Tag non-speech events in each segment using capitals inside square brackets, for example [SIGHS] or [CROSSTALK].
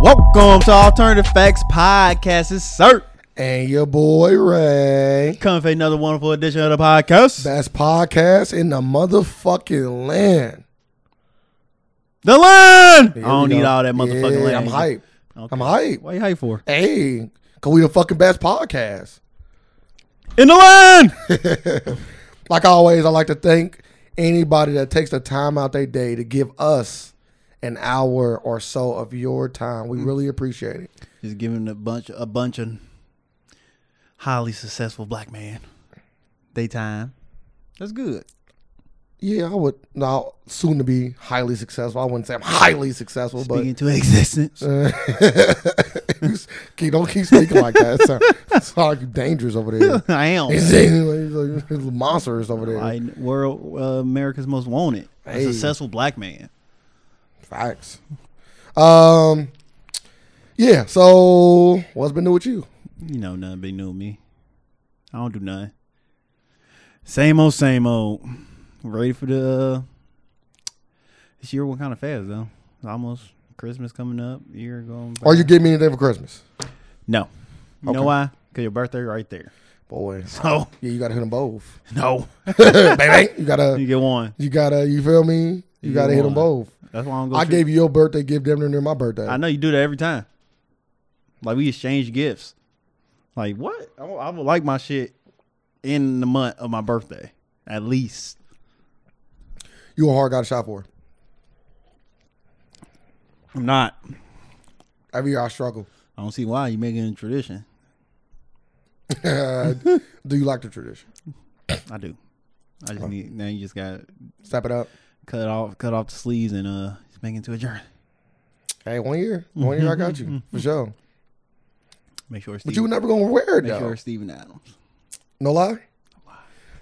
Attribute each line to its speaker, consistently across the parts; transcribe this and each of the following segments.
Speaker 1: Welcome to Alternative Facts Podcast. It's Cert.
Speaker 2: And your boy Ray.
Speaker 1: Coming for another wonderful edition of the podcast.
Speaker 2: Best podcast in the motherfucking land.
Speaker 1: the land! I
Speaker 2: Here
Speaker 1: don't
Speaker 2: we
Speaker 1: need
Speaker 2: go.
Speaker 1: all that motherfucking
Speaker 2: yeah,
Speaker 1: land.
Speaker 2: I'm hype.
Speaker 1: Okay.
Speaker 2: I'm hype.
Speaker 1: What you hype for?
Speaker 2: Hey, cause we the fucking best podcast.
Speaker 1: In the land!
Speaker 2: Like always, I like to thank anybody that takes the time out their day to give us an hour or so of your time.
Speaker 1: Mm.
Speaker 2: We really appreciate it.
Speaker 1: Just giving a bunch, a bunch of highly successful black man. Daytime. That's good.
Speaker 2: Yeah, I would now soon to be highly successful. I wouldn't say I'm highly successful, but [LAUGHS]
Speaker 1: Speaking to [LAUGHS] existence.
Speaker 2: keep, don't keep speaking like that. It sound- it sound like dangerous over there.
Speaker 1: I am.
Speaker 2: He's like he's a monster is over there.
Speaker 1: I, world, uh, America's most wanted.
Speaker 2: Hey.
Speaker 1: A successful black man.
Speaker 2: Facts. Um, yeah. So what's been new with you?
Speaker 1: You know, nothing big new with me. I don't do nothing. Same old, same old. Ready for the. This year went kind of fast though. It's Almost Christmas coming up. Year going. By.
Speaker 2: Are you getting me anything for Christmas?
Speaker 1: No. You know
Speaker 2: Okay.
Speaker 1: why? Cause your birthday right
Speaker 2: [LAUGHS]
Speaker 1: there.
Speaker 2: Boy,
Speaker 1: So
Speaker 2: yeah, you gotta hit them both. [LAUGHS]
Speaker 1: no,
Speaker 2: Baby,
Speaker 1: [LAUGHS]
Speaker 2: you
Speaker 1: you
Speaker 2: gotta,
Speaker 1: get one.
Speaker 2: you gotta, you feel me? You
Speaker 1: You
Speaker 2: gotta hit them
Speaker 1: won.
Speaker 2: both.
Speaker 1: That's why I'm going.
Speaker 2: I gave you your birthday gift damn near near my birthday.
Speaker 1: I know you do that every time. Like we exchange gifts. Like what? I, would- I would like my shit in the month of my birthday at least.
Speaker 2: You a hard guy to shop for.
Speaker 1: I'm not.
Speaker 2: Every year I struggle.
Speaker 1: I don't see why you making it a tradition.
Speaker 2: Uh,
Speaker 1: [LAUGHS]
Speaker 2: Do you like the tradition?
Speaker 1: I do. I just need now. You just got
Speaker 2: Step it up.
Speaker 1: cut off, cut off the sleeves, and uh, just make it into a journey.
Speaker 2: Hey, one year, one year I
Speaker 1: [LAUGHS]
Speaker 2: got you for sure.
Speaker 1: Make sure it's
Speaker 2: But
Speaker 1: Steven,
Speaker 2: you never gonna wear it
Speaker 1: make
Speaker 2: though.
Speaker 1: sure it's Steven Adams.
Speaker 2: No lie.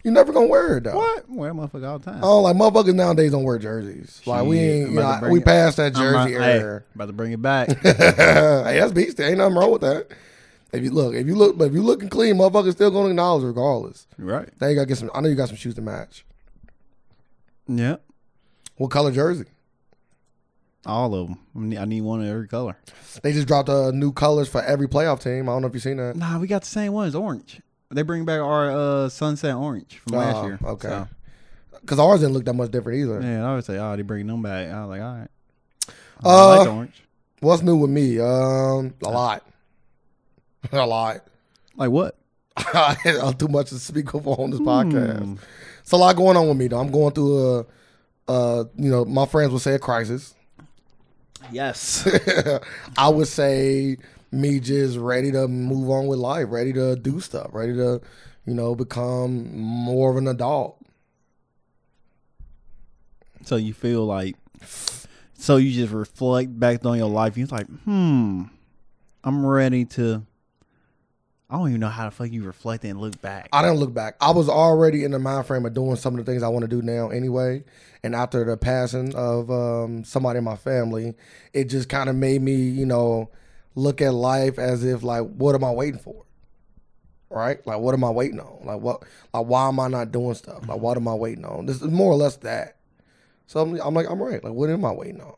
Speaker 2: You never gonna wear it though.
Speaker 1: What? Wear that motherfucker all the time.
Speaker 2: Oh, like motherfuckers nowadays don't wear jerseys. Like we
Speaker 1: Shit,
Speaker 2: ain't,
Speaker 1: I'm
Speaker 2: you
Speaker 1: about to
Speaker 2: know,
Speaker 1: bring
Speaker 2: we
Speaker 1: it-
Speaker 2: passed that
Speaker 1: I'm
Speaker 2: jersey
Speaker 1: about, hey,
Speaker 2: era. [LAUGHS]
Speaker 1: about to bring it back.
Speaker 2: hey, that's beast. Ain't nothing wrong with that. If you look, if you look, but if you looking clean, motherfuckers still gonna acknowledge regardless.
Speaker 1: right?
Speaker 2: Now you gotta get some. I know you got some shoes to match.
Speaker 1: Yeah.
Speaker 2: What color jersey?
Speaker 1: All of them. I need, I need one of every color.
Speaker 2: They just dropped uh, new colors for every playoff team. I don't know if you seen that.
Speaker 1: Nah, we got the same ones. Orange. They bring back our uh, sunset orange from last
Speaker 2: Oh,
Speaker 1: year.
Speaker 2: okay.
Speaker 1: So,
Speaker 2: Cause ours didn't look that much different either.
Speaker 1: yeah, I would say, oh, they bring them back. I was like, all right. I
Speaker 2: Uh,
Speaker 1: like the orange.
Speaker 2: What's new with me? Um, a lot, [LAUGHS] a lot.
Speaker 1: Like what?
Speaker 2: [LAUGHS] I'm too much to speak over on this podcast. It's a lot going on with me though. I'm going through a, uh, you know, my friends would say a crisis. [LAUGHS]
Speaker 1: Yes.
Speaker 2: I would say me just ready to move on with life, ready to do stuff, ready to, you know, become more of an adult.
Speaker 1: So you feel like, so you just reflect back on your life. You're like, hmm, I'm ready to. I don't even know how the fuck you reflect and look back.
Speaker 2: I didn't look back. I was already in the mind frame of doing some of the things I want to do now anyway. And after the passing of um, somebody in my family, it just kind of made me, you know, look at life as if like, what am I waiting for? Right? Like, what am I waiting on? Like, what? Like, why am I not doing stuff? Like, what am I waiting on? This is more or less that. So I'm, I'm like, I'm right. Like, what am I waiting on?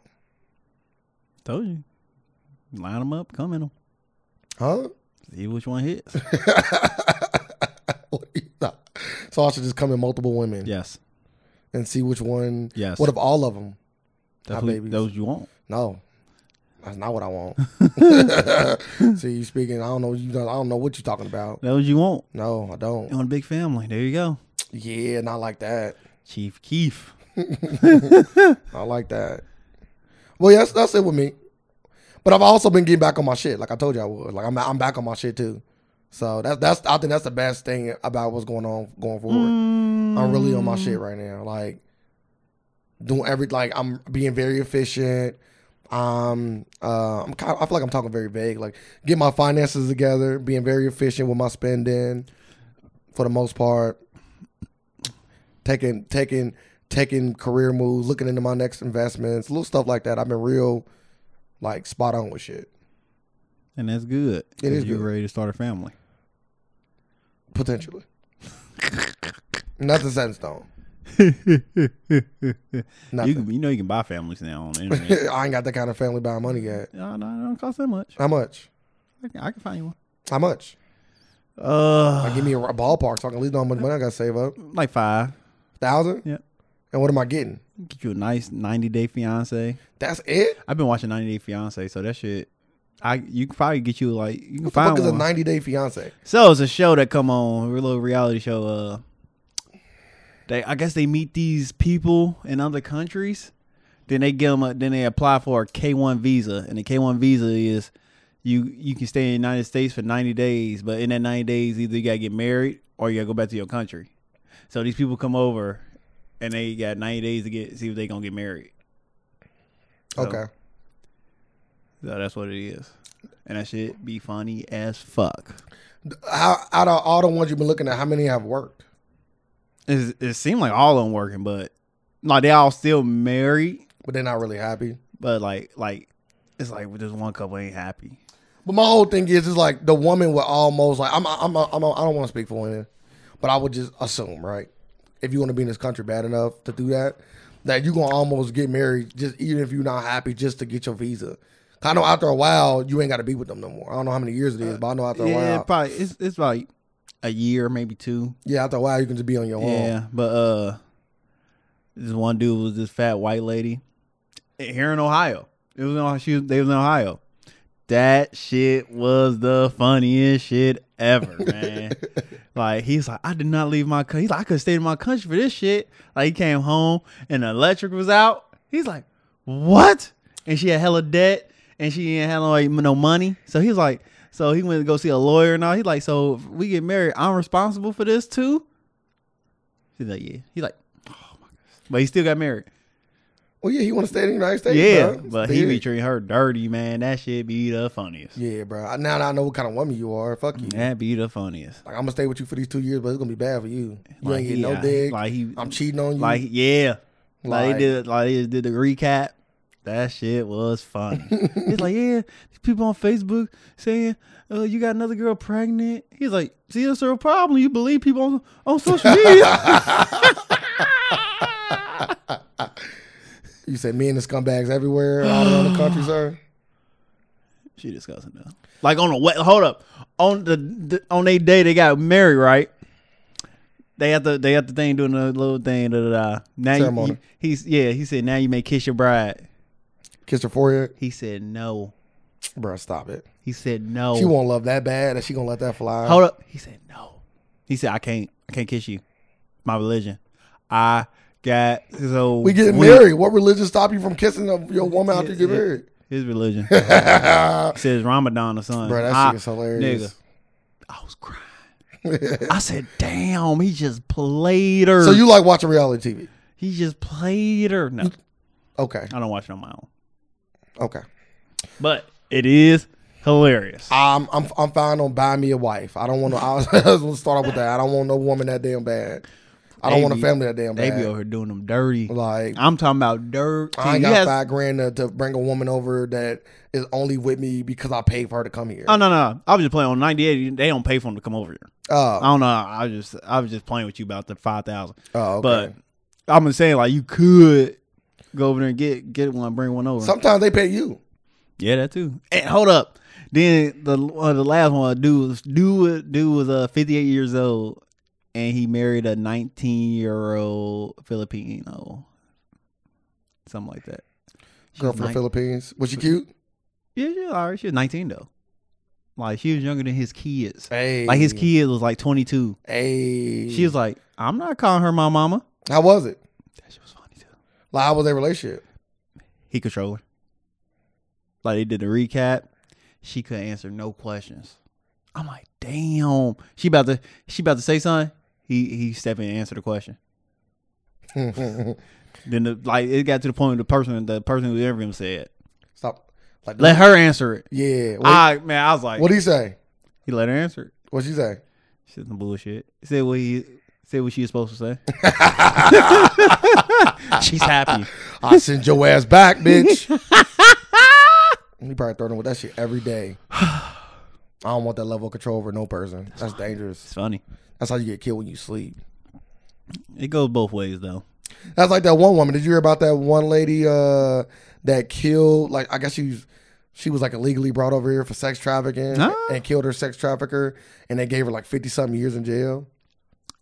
Speaker 1: Told you, line them up, come in them,
Speaker 2: Huh? [LAUGHS]
Speaker 1: see which one hits.
Speaker 2: so I should just come in multiple women
Speaker 1: yes,
Speaker 2: and see which one.
Speaker 1: Yes.
Speaker 2: What if all of them?
Speaker 1: that's
Speaker 2: Our
Speaker 1: who,
Speaker 2: babies.
Speaker 1: those you want.
Speaker 2: No, that's not what I want. See, you speaking. I don't know. You. don't- I don't know what you're talking about.
Speaker 1: Those you want.
Speaker 2: No, I
Speaker 1: You
Speaker 2: don't.
Speaker 1: want a big family. There you go,
Speaker 2: Yeah, not like that.
Speaker 1: Chief Keef.
Speaker 2: Not like that. Well, yes, that's it with me. But I've also been getting back on my shit, like I told you I would. Like I'm, I'm back on my shit too. So that's that's. I think that's the best thing about what's going on going forward. I'm really on my shit right now. Like doing every like I'm being very efficient. Um, uh, I'm kind of, I feel like I'm talking very vague. Like get my finances together, being very efficient with my spending, for the most part. Taking taking taking career moves, looking into my next investments, little stuff like that. I've been real like spot on with shit
Speaker 1: and that's good.
Speaker 2: It is
Speaker 1: you
Speaker 2: good.
Speaker 1: ready to start a
Speaker 2: [LAUGHS]
Speaker 1: family.
Speaker 2: potentially. Nothing set in stone.
Speaker 1: you,
Speaker 2: Nothing. [LAUGHS]
Speaker 1: can- you know you can buy families now on the internet.
Speaker 2: I ain't got that kind of family buying money yet.
Speaker 1: no, no, it don't cost that much.
Speaker 2: How much?
Speaker 1: I can, I can find you one.
Speaker 2: How much?
Speaker 1: Uh, [SIGHS]
Speaker 2: Like, give me a r- ballpark so I can at least know how much money I got to save up.
Speaker 1: like five.
Speaker 2: Thousand?
Speaker 1: Yeah.
Speaker 2: And what am I getting?
Speaker 1: Get you a nice ninety day fiance.
Speaker 2: That's it?
Speaker 1: I've been watching ninety day fiance, so that shit. I you can probably get you like you can
Speaker 2: What the
Speaker 1: find
Speaker 2: fuck is a
Speaker 1: one.
Speaker 2: 90 day fiance?
Speaker 1: So it's a show that come on, a little reality show. Uh, they I guess they meet these people in other countries, then they give them a, then they apply for a K one visa, and the K one visa is you you can stay in the United States for ninety days, but in that ninety days either you gotta get married or you gotta go back to your country. So these people come over, and they got ninety days to get see if they gonna get married. So-
Speaker 2: Okay.
Speaker 1: So that's what it is, and that shit be funny as fuck.
Speaker 2: How, out of all the ones you've been looking at, how many have worked?
Speaker 1: It's, it seemed like all of them working, but like they all still married,
Speaker 2: But they're not really happy.
Speaker 1: but like like it's like with this one couple ain't happy.
Speaker 2: But my whole thing is, is like the woman would almost like I'm, I'm, I'm, I'm I don't want to speak for women, but I would just assume, right? If you want to be in this country bad enough to do that, that you gonna almost get married just even if you're not happy just to get your visa. I know after a while you ain't got to be with them no more. I don't know how many years it is, but I know after a
Speaker 1: yeah,
Speaker 2: while,
Speaker 1: probably it's it's like a year, maybe two.
Speaker 2: yeah, after a while you can just be on your own.
Speaker 1: Yeah, but uh, this one dude was this fat white lady here in Ohio. It was in Ohio. She was, they was in Ohio. That shit was the funniest shit ever, man. like he's like, I did not leave my country. He's like, I could have stayed in my country for this shit. Like he came home and the electric was out. He's like, what? And she had hella debt and she ain't had no, like, no money. So he's like, so he went to go see a lawyer and all. He's like, so if we get married, I'm responsible for this too. She's like, yeah. He's like, oh my gosh. But he still got married.
Speaker 2: Well, yeah, he want to stay in the United States.
Speaker 1: yeah.
Speaker 2: bro.
Speaker 1: But he
Speaker 2: Big.
Speaker 1: be treating her dirty, man. That shit be the funniest.
Speaker 2: yeah, bro. Now that I know what kind of woman you are, fuck you.
Speaker 1: That be the funniest.
Speaker 2: Like I'm gonna stay with you for these two years, but it's gonna be bad for you. You
Speaker 1: Like,
Speaker 2: ain't getting
Speaker 1: he-
Speaker 2: no dick.
Speaker 1: like, he-
Speaker 2: I'm cheating on you.
Speaker 1: Like, yeah. Like,
Speaker 2: Like-
Speaker 1: they did like they just did the recap. That shit was funny. He's like, yeah, these people on Facebook saying, uh, you got another girl pregnant. He's like, see, that's a problem. You believe people on, on social media.
Speaker 2: You said men and scumbags everywhere, all around the country, sir.
Speaker 1: [SIGHS] she disgusting though. Like on a wet. Hold up. On the, the on their day they got married, right? They have the they have the thing doing the little thing. Da, da, da. Now you-
Speaker 2: Ceremony.
Speaker 1: you, he's yeah. He said now you may kiss your bride.
Speaker 2: Kiss her forehead,
Speaker 1: He said no.
Speaker 2: bro. Stop it.
Speaker 1: He said no.
Speaker 2: She won't love that bad, and she gonna let that fly.
Speaker 1: Hold up. He said no. He said I can't I can't kiss you. My religion. I got so
Speaker 2: we get married. What religion stop you from kissing a- your woman after you get
Speaker 1: Yeah,
Speaker 2: married?
Speaker 1: His
Speaker 2: [LAUGHS]
Speaker 1: religion. he says Ramadan or something.
Speaker 2: Bro, that
Speaker 1: I-
Speaker 2: shit is hilarious.
Speaker 1: Nigga, I was crying. I said, damn, he just played her.
Speaker 2: So you like watching reality TV?
Speaker 1: He just played her. No,
Speaker 2: Okay,
Speaker 1: I don't watch it on my own.
Speaker 2: okay.
Speaker 1: But it is hilarious.
Speaker 2: I'm I'm I'm fine on buy me a wife. I don't want to. I was [LAUGHS] gonna start off with that. I don't want no woman that damn bad. I don't
Speaker 1: They
Speaker 2: want a
Speaker 1: be-
Speaker 2: family that damn
Speaker 1: They be
Speaker 2: bad.
Speaker 1: over here doing them dirty.
Speaker 2: Like
Speaker 1: I'm talking about dirty.
Speaker 2: I ain't
Speaker 1: You
Speaker 2: got
Speaker 1: has-
Speaker 2: five grand to, to bring a woman over that is only with me because I paid for her to come here.
Speaker 1: Oh no no! I was just playing on ninety eight. They don't pay for them to come over here.
Speaker 2: Oh,
Speaker 1: I don't know. I was just I was just playing with you about the five thousand.
Speaker 2: oh, okay.
Speaker 1: But I'm just saying like you could go over there and get get one, bring one over.
Speaker 2: Sometimes they pay you.
Speaker 1: Yeah, that too. And hold up. Then the uh, the last one, dude, was- dude, was- dude was uh, 58 years old, and he married a 19 year old Filipino, something like that. She
Speaker 2: Girl
Speaker 1: was
Speaker 2: from the
Speaker 1: nine-
Speaker 2: Philippines. Was she cute?
Speaker 1: Yeah, yeah, all right. She was 19 though. Like she was younger than his kids.
Speaker 2: Hey,
Speaker 1: Like his kid was like 22.
Speaker 2: Hey,
Speaker 1: She was like, I'm not calling her my mama.
Speaker 2: How was it?
Speaker 1: That shit was funny too.
Speaker 2: Like, how was their relationship?
Speaker 1: He controlled her. Like they did the recap. She could answer no questions. I'm like, damn. She about to she about to say something. He he step in and answer the [LAUGHS] question. Then the like it got to the point where the person the person who interviewed him said,
Speaker 2: Stop. Like,
Speaker 1: Let her answer it.
Speaker 2: yeah. What,
Speaker 1: I man, I was like
Speaker 2: what do you say?
Speaker 1: he let her answer it.
Speaker 2: What'd she say?
Speaker 1: She said some bullshit. Said what he said what she was supposed [LAUGHS] to say. She's happy.
Speaker 2: I send your ass back, bitch. he probably threatening with that shit every day. I don't want that level of control over no person. That's dangerous.
Speaker 1: It's funny.
Speaker 2: That's how you get killed when you sleep.
Speaker 1: It goes both ways though.
Speaker 2: That's like that one woman. Did you hear about that one lady uh, that killed? Like, I guess she's she was like illegally brought over here for sex trafficking
Speaker 1: Ah.
Speaker 2: and killed her sex trafficker, and they gave her like fifty something years in jail.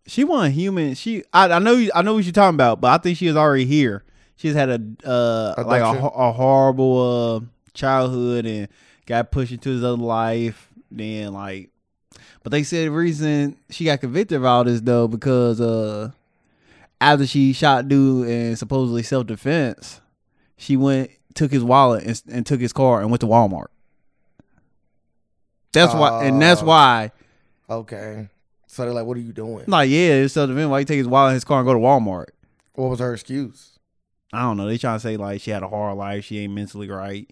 Speaker 1: She wasn't human. She I, I know you- I know what you're talking about, but I think she was already here. She's had a uh like a,
Speaker 2: Abduction?
Speaker 1: ho- a horrible uh childhood and got pushed into this other life. Then like, but they said the reason she got convicted of all this though because uh after she shot dude in supposedly self defense, she went took his wallet and, and took his car and went to Walmart. That's why, and that's
Speaker 2: Oh.
Speaker 1: why
Speaker 2: Okay, so they're like, "What are you doing?"
Speaker 1: like, yeah, it's self defense. Why you take his wallet, and his car, and go to Walmart?
Speaker 2: What was her excuse?
Speaker 1: I don't know. They trying to say like she had a hard life. She ain't mentally right.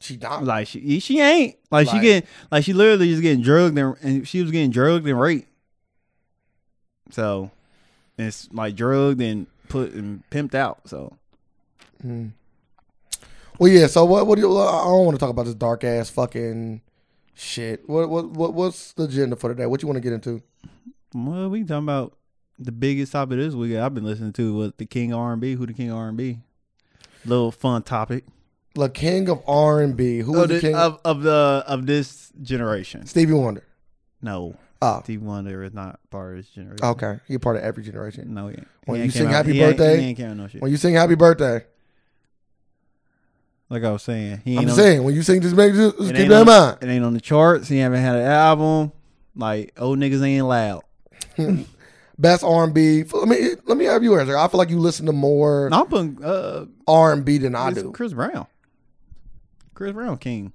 Speaker 2: She died.
Speaker 1: Like she she ain't. Like, she
Speaker 2: Like-
Speaker 1: getting like she literally just getting drugged and, and she was getting drugged and raped. So it's like drugged and put and pimped out. So
Speaker 2: Hmm. Well, yeah. So what? What do you? I don't want to talk about this dark ass fucking shit. What? What? What? What's the agenda for today? What you want to get into?
Speaker 1: well, we talking about the biggest topic this week. I've been listening to was the King R and B. Who the King R and B? Little fun topic
Speaker 2: The king of R and B. Who
Speaker 1: of,
Speaker 2: was the
Speaker 1: Oh, the,
Speaker 2: king?
Speaker 1: of of the of this generation.
Speaker 2: Stevie Wonder.
Speaker 1: No,
Speaker 2: Oh,
Speaker 1: Steve Wonder is not part of this generation.
Speaker 2: okay. You're part of every generation.
Speaker 1: No, he ain't.
Speaker 2: When
Speaker 1: He
Speaker 2: Oh. you
Speaker 1: ain't
Speaker 2: sing
Speaker 1: came out-
Speaker 2: Happy
Speaker 1: he ain't-
Speaker 2: Birthday,
Speaker 1: he ain't came out no shit.
Speaker 2: When you sing Happy Birthday,
Speaker 1: Like I was saying, he ain't
Speaker 2: I'm
Speaker 1: on,
Speaker 2: saying when you sing this, make just,
Speaker 1: It
Speaker 2: just
Speaker 1: ain't
Speaker 2: keep that in mind.
Speaker 1: it ain't on the charts. He haven't had an album. Like old niggas ain't loud.
Speaker 2: Best R and B. Let me let me have you answer. I feel like you listen to more
Speaker 1: No, I'm putting uh,
Speaker 2: R and B than I
Speaker 1: Chris,
Speaker 2: do.
Speaker 1: Chris Brown. Chris Brown King.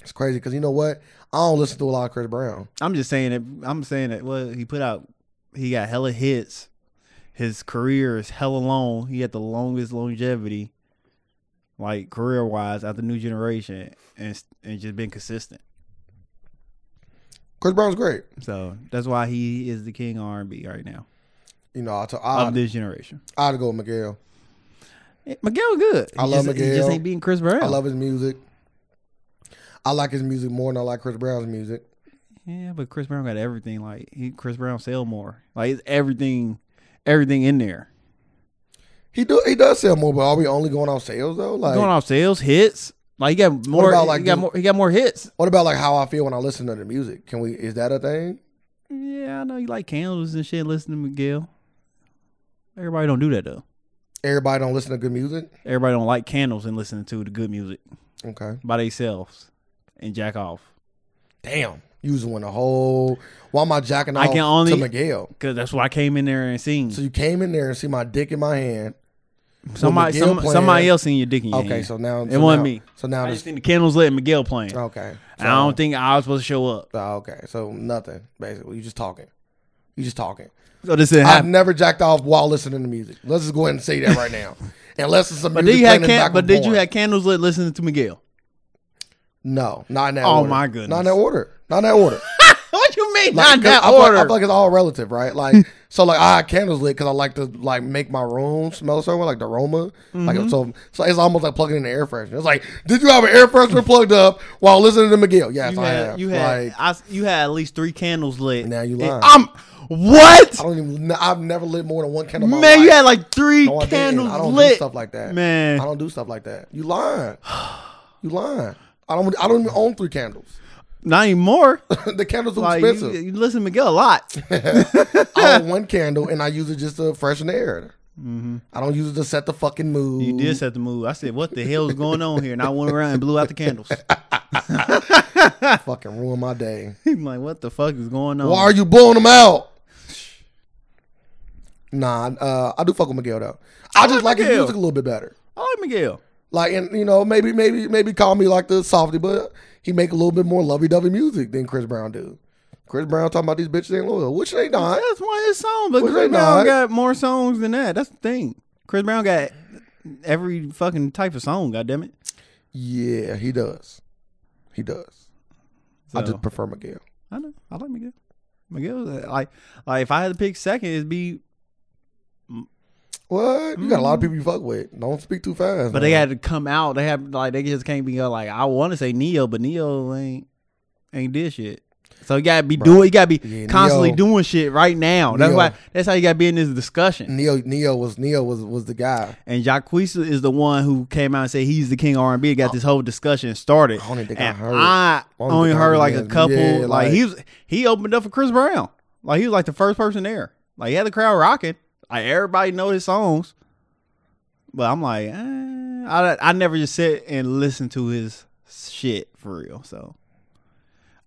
Speaker 2: It's crazy because you know what? I don't listen to a lot of Chris Brown.
Speaker 1: I'm just saying it. I'm saying that. Well, he put out. He got hella hits. His career is hella long. He had the longest longevity, like career wise, out the new generation, and and just been consistent.
Speaker 2: Chris Brown's great.
Speaker 1: So that's why he is the king of R&B right now
Speaker 2: You know, I t-
Speaker 1: of
Speaker 2: I'd,
Speaker 1: this generation.
Speaker 2: I'd go with Miguel.
Speaker 1: Eh, Miguel good.
Speaker 2: I love
Speaker 1: just, He just
Speaker 2: Miguel.
Speaker 1: ain't beating Chris Brown.
Speaker 2: I love his music. I like his music more than I like Chris Brown's music.
Speaker 1: Yeah, but Chris Brown got everything. Like he, Chris Brown sell more. Like it's everything, everything in there.
Speaker 2: He do he does sell more, but are we only going off sales though? Like
Speaker 1: Going off sales hits. Like he got more.
Speaker 2: about,
Speaker 1: he
Speaker 2: like,
Speaker 1: got
Speaker 2: the-
Speaker 1: more. He got more hits.
Speaker 2: what about like how I feel when I listen to the music? Can we is that a thing?
Speaker 1: Yeah, I know you like candles and shit. Listen to Miguel. Everybody don't do that though.
Speaker 2: Everybody don't listen to good music?
Speaker 1: Everybody don't like candles and listening to the good music
Speaker 2: Okay.
Speaker 1: by themselves and jack off.
Speaker 2: Damn. You just went a whole why am I jacking off
Speaker 1: I can only-
Speaker 2: to Miguel?
Speaker 1: Cause that's why I came in there and seen
Speaker 2: So you came in there and see my dick in my hand.
Speaker 1: somebody.
Speaker 2: Miguel
Speaker 1: Some,
Speaker 2: playing-
Speaker 1: somebody else seen your dick in your
Speaker 2: Okay,
Speaker 1: hand.
Speaker 2: so Oh, now
Speaker 1: It
Speaker 2: so
Speaker 1: wasn't
Speaker 2: now-
Speaker 1: me.
Speaker 2: So now
Speaker 1: I
Speaker 2: this
Speaker 1: just seen the candles lit and Miguel playing.
Speaker 2: okay.
Speaker 1: And I don't think I was supposed to show up.
Speaker 2: so- okay. So nothing basically. You just talking. You just talking.
Speaker 1: So this didn't
Speaker 2: I've
Speaker 1: happen.
Speaker 2: never jacked off while listening to music. Let's just go ahead and say that right now. Unless it's some
Speaker 1: But did
Speaker 2: music
Speaker 1: you
Speaker 2: playing
Speaker 1: have
Speaker 2: in the
Speaker 1: can-
Speaker 2: back
Speaker 1: but
Speaker 2: of
Speaker 1: did
Speaker 2: the
Speaker 1: you
Speaker 2: barn.
Speaker 1: have candles lit listening to Miguel? [LAUGHS]
Speaker 2: No, not in that.
Speaker 1: Oh,
Speaker 2: order.
Speaker 1: my goodness.
Speaker 2: Not in that order. Not in that order.
Speaker 1: what you mean? [LAUGHS]
Speaker 2: Like,
Speaker 1: Not in
Speaker 2: 'cause
Speaker 1: that
Speaker 2: I feel, like-
Speaker 1: order.
Speaker 2: I feel like it's all relative,
Speaker 1: [LAUGHS]
Speaker 2: right? Like, so like I had candles lit because I like to like make my room smell a certain way, like the aroma.
Speaker 1: Mm-hmm.
Speaker 2: Like so, so it's almost like plugging in the air freshener. It's like, did you have an air freshener plugged up while listening to Miguel? Yes,
Speaker 1: you
Speaker 2: I
Speaker 1: had
Speaker 2: have.
Speaker 1: you had
Speaker 2: like,
Speaker 1: I s- you had at least three candles lit.
Speaker 2: Now you
Speaker 1: And
Speaker 2: lying.
Speaker 1: I'm
Speaker 2: I
Speaker 1: what?
Speaker 2: don't even. I've never lit more than one candle. in my
Speaker 1: Man, you
Speaker 2: life.
Speaker 1: had like three
Speaker 2: No, I didn't.
Speaker 1: candles
Speaker 2: I don't
Speaker 1: lit.
Speaker 2: do stuff like that.
Speaker 1: Man.
Speaker 2: I don't do stuff like that. You lying. [SIGHS] You lying. I don't. I don't even own three candles. [LAUGHS]
Speaker 1: Not anymore. [LAUGHS]
Speaker 2: the candles are
Speaker 1: Like you,
Speaker 2: expensive.
Speaker 1: you listen to Miguel a [LAUGHS] lot.
Speaker 2: I
Speaker 1: [LAUGHS]
Speaker 2: own one candle and I use it just to freshen the air. I don't use it to set the fucking mood.
Speaker 1: Mm-hmm. you did set the mood. I said, "What the hell's going on here?" And I went around and blew out the [LAUGHS] candles.
Speaker 2: [LAUGHS] fucking ruin my day.
Speaker 1: I'm like, "What the fuck is going on?"
Speaker 2: Why are you blowing them out? Nah, uh, I do fuck with Miguel though. I, just
Speaker 1: like
Speaker 2: like his
Speaker 1: Miguel.
Speaker 2: music a little bit better.
Speaker 1: I like Miguel.
Speaker 2: Like, and you know, maybe, maybe, maybe call me like the softy, but he make a little bit more lovey-dovey music than Chris Brown do. Chris Brown talking about these bitches ain't loyal, which they not.
Speaker 1: That's one of his songs, but
Speaker 2: Was
Speaker 1: Chris
Speaker 2: it
Speaker 1: Brown
Speaker 2: not?
Speaker 1: got more songs than that. That's the thing. Chris Brown got every fucking type of song. God damn it!
Speaker 2: Yeah, he does. He does. I
Speaker 1: So,
Speaker 2: just prefer Miguel.
Speaker 1: I know. I like Miguel. Miguel, uh, like, like if I had to pick second, it'd be.
Speaker 2: What? You got a lot of people you fuck with. Don't speak too fast.
Speaker 1: Mm-hmm. But they had to come out. They have like they just can't be uh, like I want to say Neo, but Neo ain't ain't did shit. So you gotta be doing, you gotta be
Speaker 2: Yeah,
Speaker 1: constantly
Speaker 2: Neo-
Speaker 1: doing shit right now. That's
Speaker 2: Neo-
Speaker 1: why. That's how you gotta be in this discussion.
Speaker 2: Neo Neo was Neo was was the guy.
Speaker 1: And Jacquees is the one who came out and said he's the king of R and B. Got this whole discussion started.
Speaker 2: Oh. I don't even think I
Speaker 1: and
Speaker 2: heard.
Speaker 1: I
Speaker 2: I don't
Speaker 1: only
Speaker 2: think I
Speaker 1: heard
Speaker 2: heard
Speaker 1: like a
Speaker 2: him.
Speaker 1: couple.
Speaker 2: Yeah,
Speaker 1: like,
Speaker 2: like-
Speaker 1: he was, he opened up for Chris Brown. Like he was like the first person there. Like he had the crowd rocking. Like everybody know his songs. But I'm like, eh, I I never just sit and listen to his shit for real. So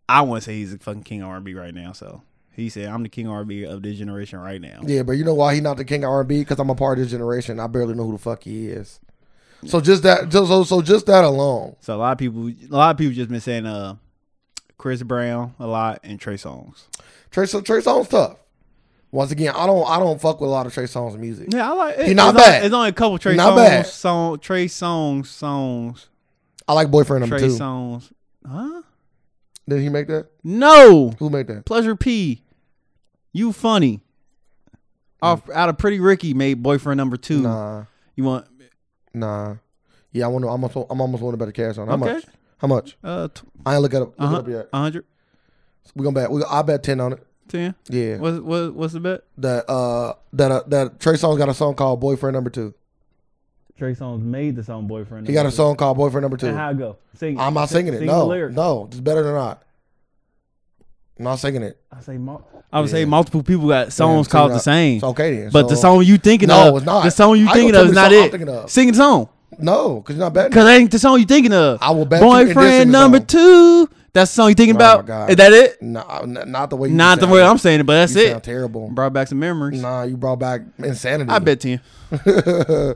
Speaker 1: I want to say he's the fucking king of R&B right now. So he said I'm the king of R&B of this generation right now.
Speaker 2: Yeah, but you know why he not the king of R and B? Because I'm a part of his generation. I barely know who the fuck he is. So just that, just, so so just that alone.
Speaker 1: So a lot of people, a lot of people just been saying uh, Chris Brown a lot and Trey Songz.
Speaker 2: Trey Song- Trey Songz tough. Once again, I don't I don't fuck with a lot of Trey Songz music.
Speaker 1: Yeah, I like.
Speaker 2: He not
Speaker 1: it's
Speaker 2: bad.
Speaker 1: Only, it's only a couple Trey
Speaker 2: Not
Speaker 1: Songz
Speaker 2: bad.
Speaker 1: song, Trey Songz songs,
Speaker 2: I like boyfriend number
Speaker 1: Trey
Speaker 2: two.
Speaker 1: Songz. Huh?
Speaker 2: Did he make that?
Speaker 1: No,
Speaker 2: Who made that?
Speaker 1: Pleasure P. You funny. Off out of Pretty Ricky made boyfriend number two.
Speaker 2: Hmm. Nah,
Speaker 1: You want
Speaker 2: nah. Yeah, I want to. I'm almost. I'm almost wanting better cash on. How
Speaker 1: Okay.
Speaker 2: much? How much?
Speaker 1: uh t-
Speaker 2: I ain't look at it. Look it up
Speaker 1: uh
Speaker 2: yet.
Speaker 1: hundred
Speaker 2: We gonna bet. We, I bet ten on it.
Speaker 1: ten?
Speaker 2: Yeah.
Speaker 1: What's what, what's the bet?
Speaker 2: That uh that uh, that Trey Songz got a song called Boyfriend Number Two.
Speaker 1: Trey Songz made the song boyfriend.
Speaker 2: He got a song called Boyfriend Number Two.
Speaker 1: it go? Sing.
Speaker 2: I'm not singing it. No, no, it's better than not. I'm not singing it.
Speaker 1: I say I would
Speaker 2: Yeah.
Speaker 1: say multiple people got
Speaker 2: Yeah,
Speaker 1: songs
Speaker 2: check it
Speaker 1: called the
Speaker 2: out.
Speaker 1: same,
Speaker 2: It's okay then.
Speaker 1: but the
Speaker 2: So-
Speaker 1: song you thinking
Speaker 2: No,
Speaker 1: of,
Speaker 2: it's not.
Speaker 1: the song you
Speaker 2: I ain't
Speaker 1: thinking
Speaker 2: gonna
Speaker 1: of is
Speaker 2: tell
Speaker 1: not
Speaker 2: you the song I'm
Speaker 1: it.
Speaker 2: thinking of.
Speaker 1: Sing the song,
Speaker 2: no, because you're not betting.
Speaker 1: cause that ain't the song you thinking of.
Speaker 2: I will bet you and then sing
Speaker 1: Boyfriend
Speaker 2: the
Speaker 1: number
Speaker 2: song.
Speaker 1: two. That's the song you thinking
Speaker 2: Oh my
Speaker 1: about.
Speaker 2: God.
Speaker 1: Is that it?
Speaker 2: Nah, n- not the way. You
Speaker 1: Not the
Speaker 2: sound.
Speaker 1: way I'm saying it, but that's
Speaker 2: You
Speaker 1: it.
Speaker 2: sound terrible.
Speaker 1: Brought back some memories.
Speaker 2: Nah, you brought back insanity.
Speaker 1: I bet ten.
Speaker 2: so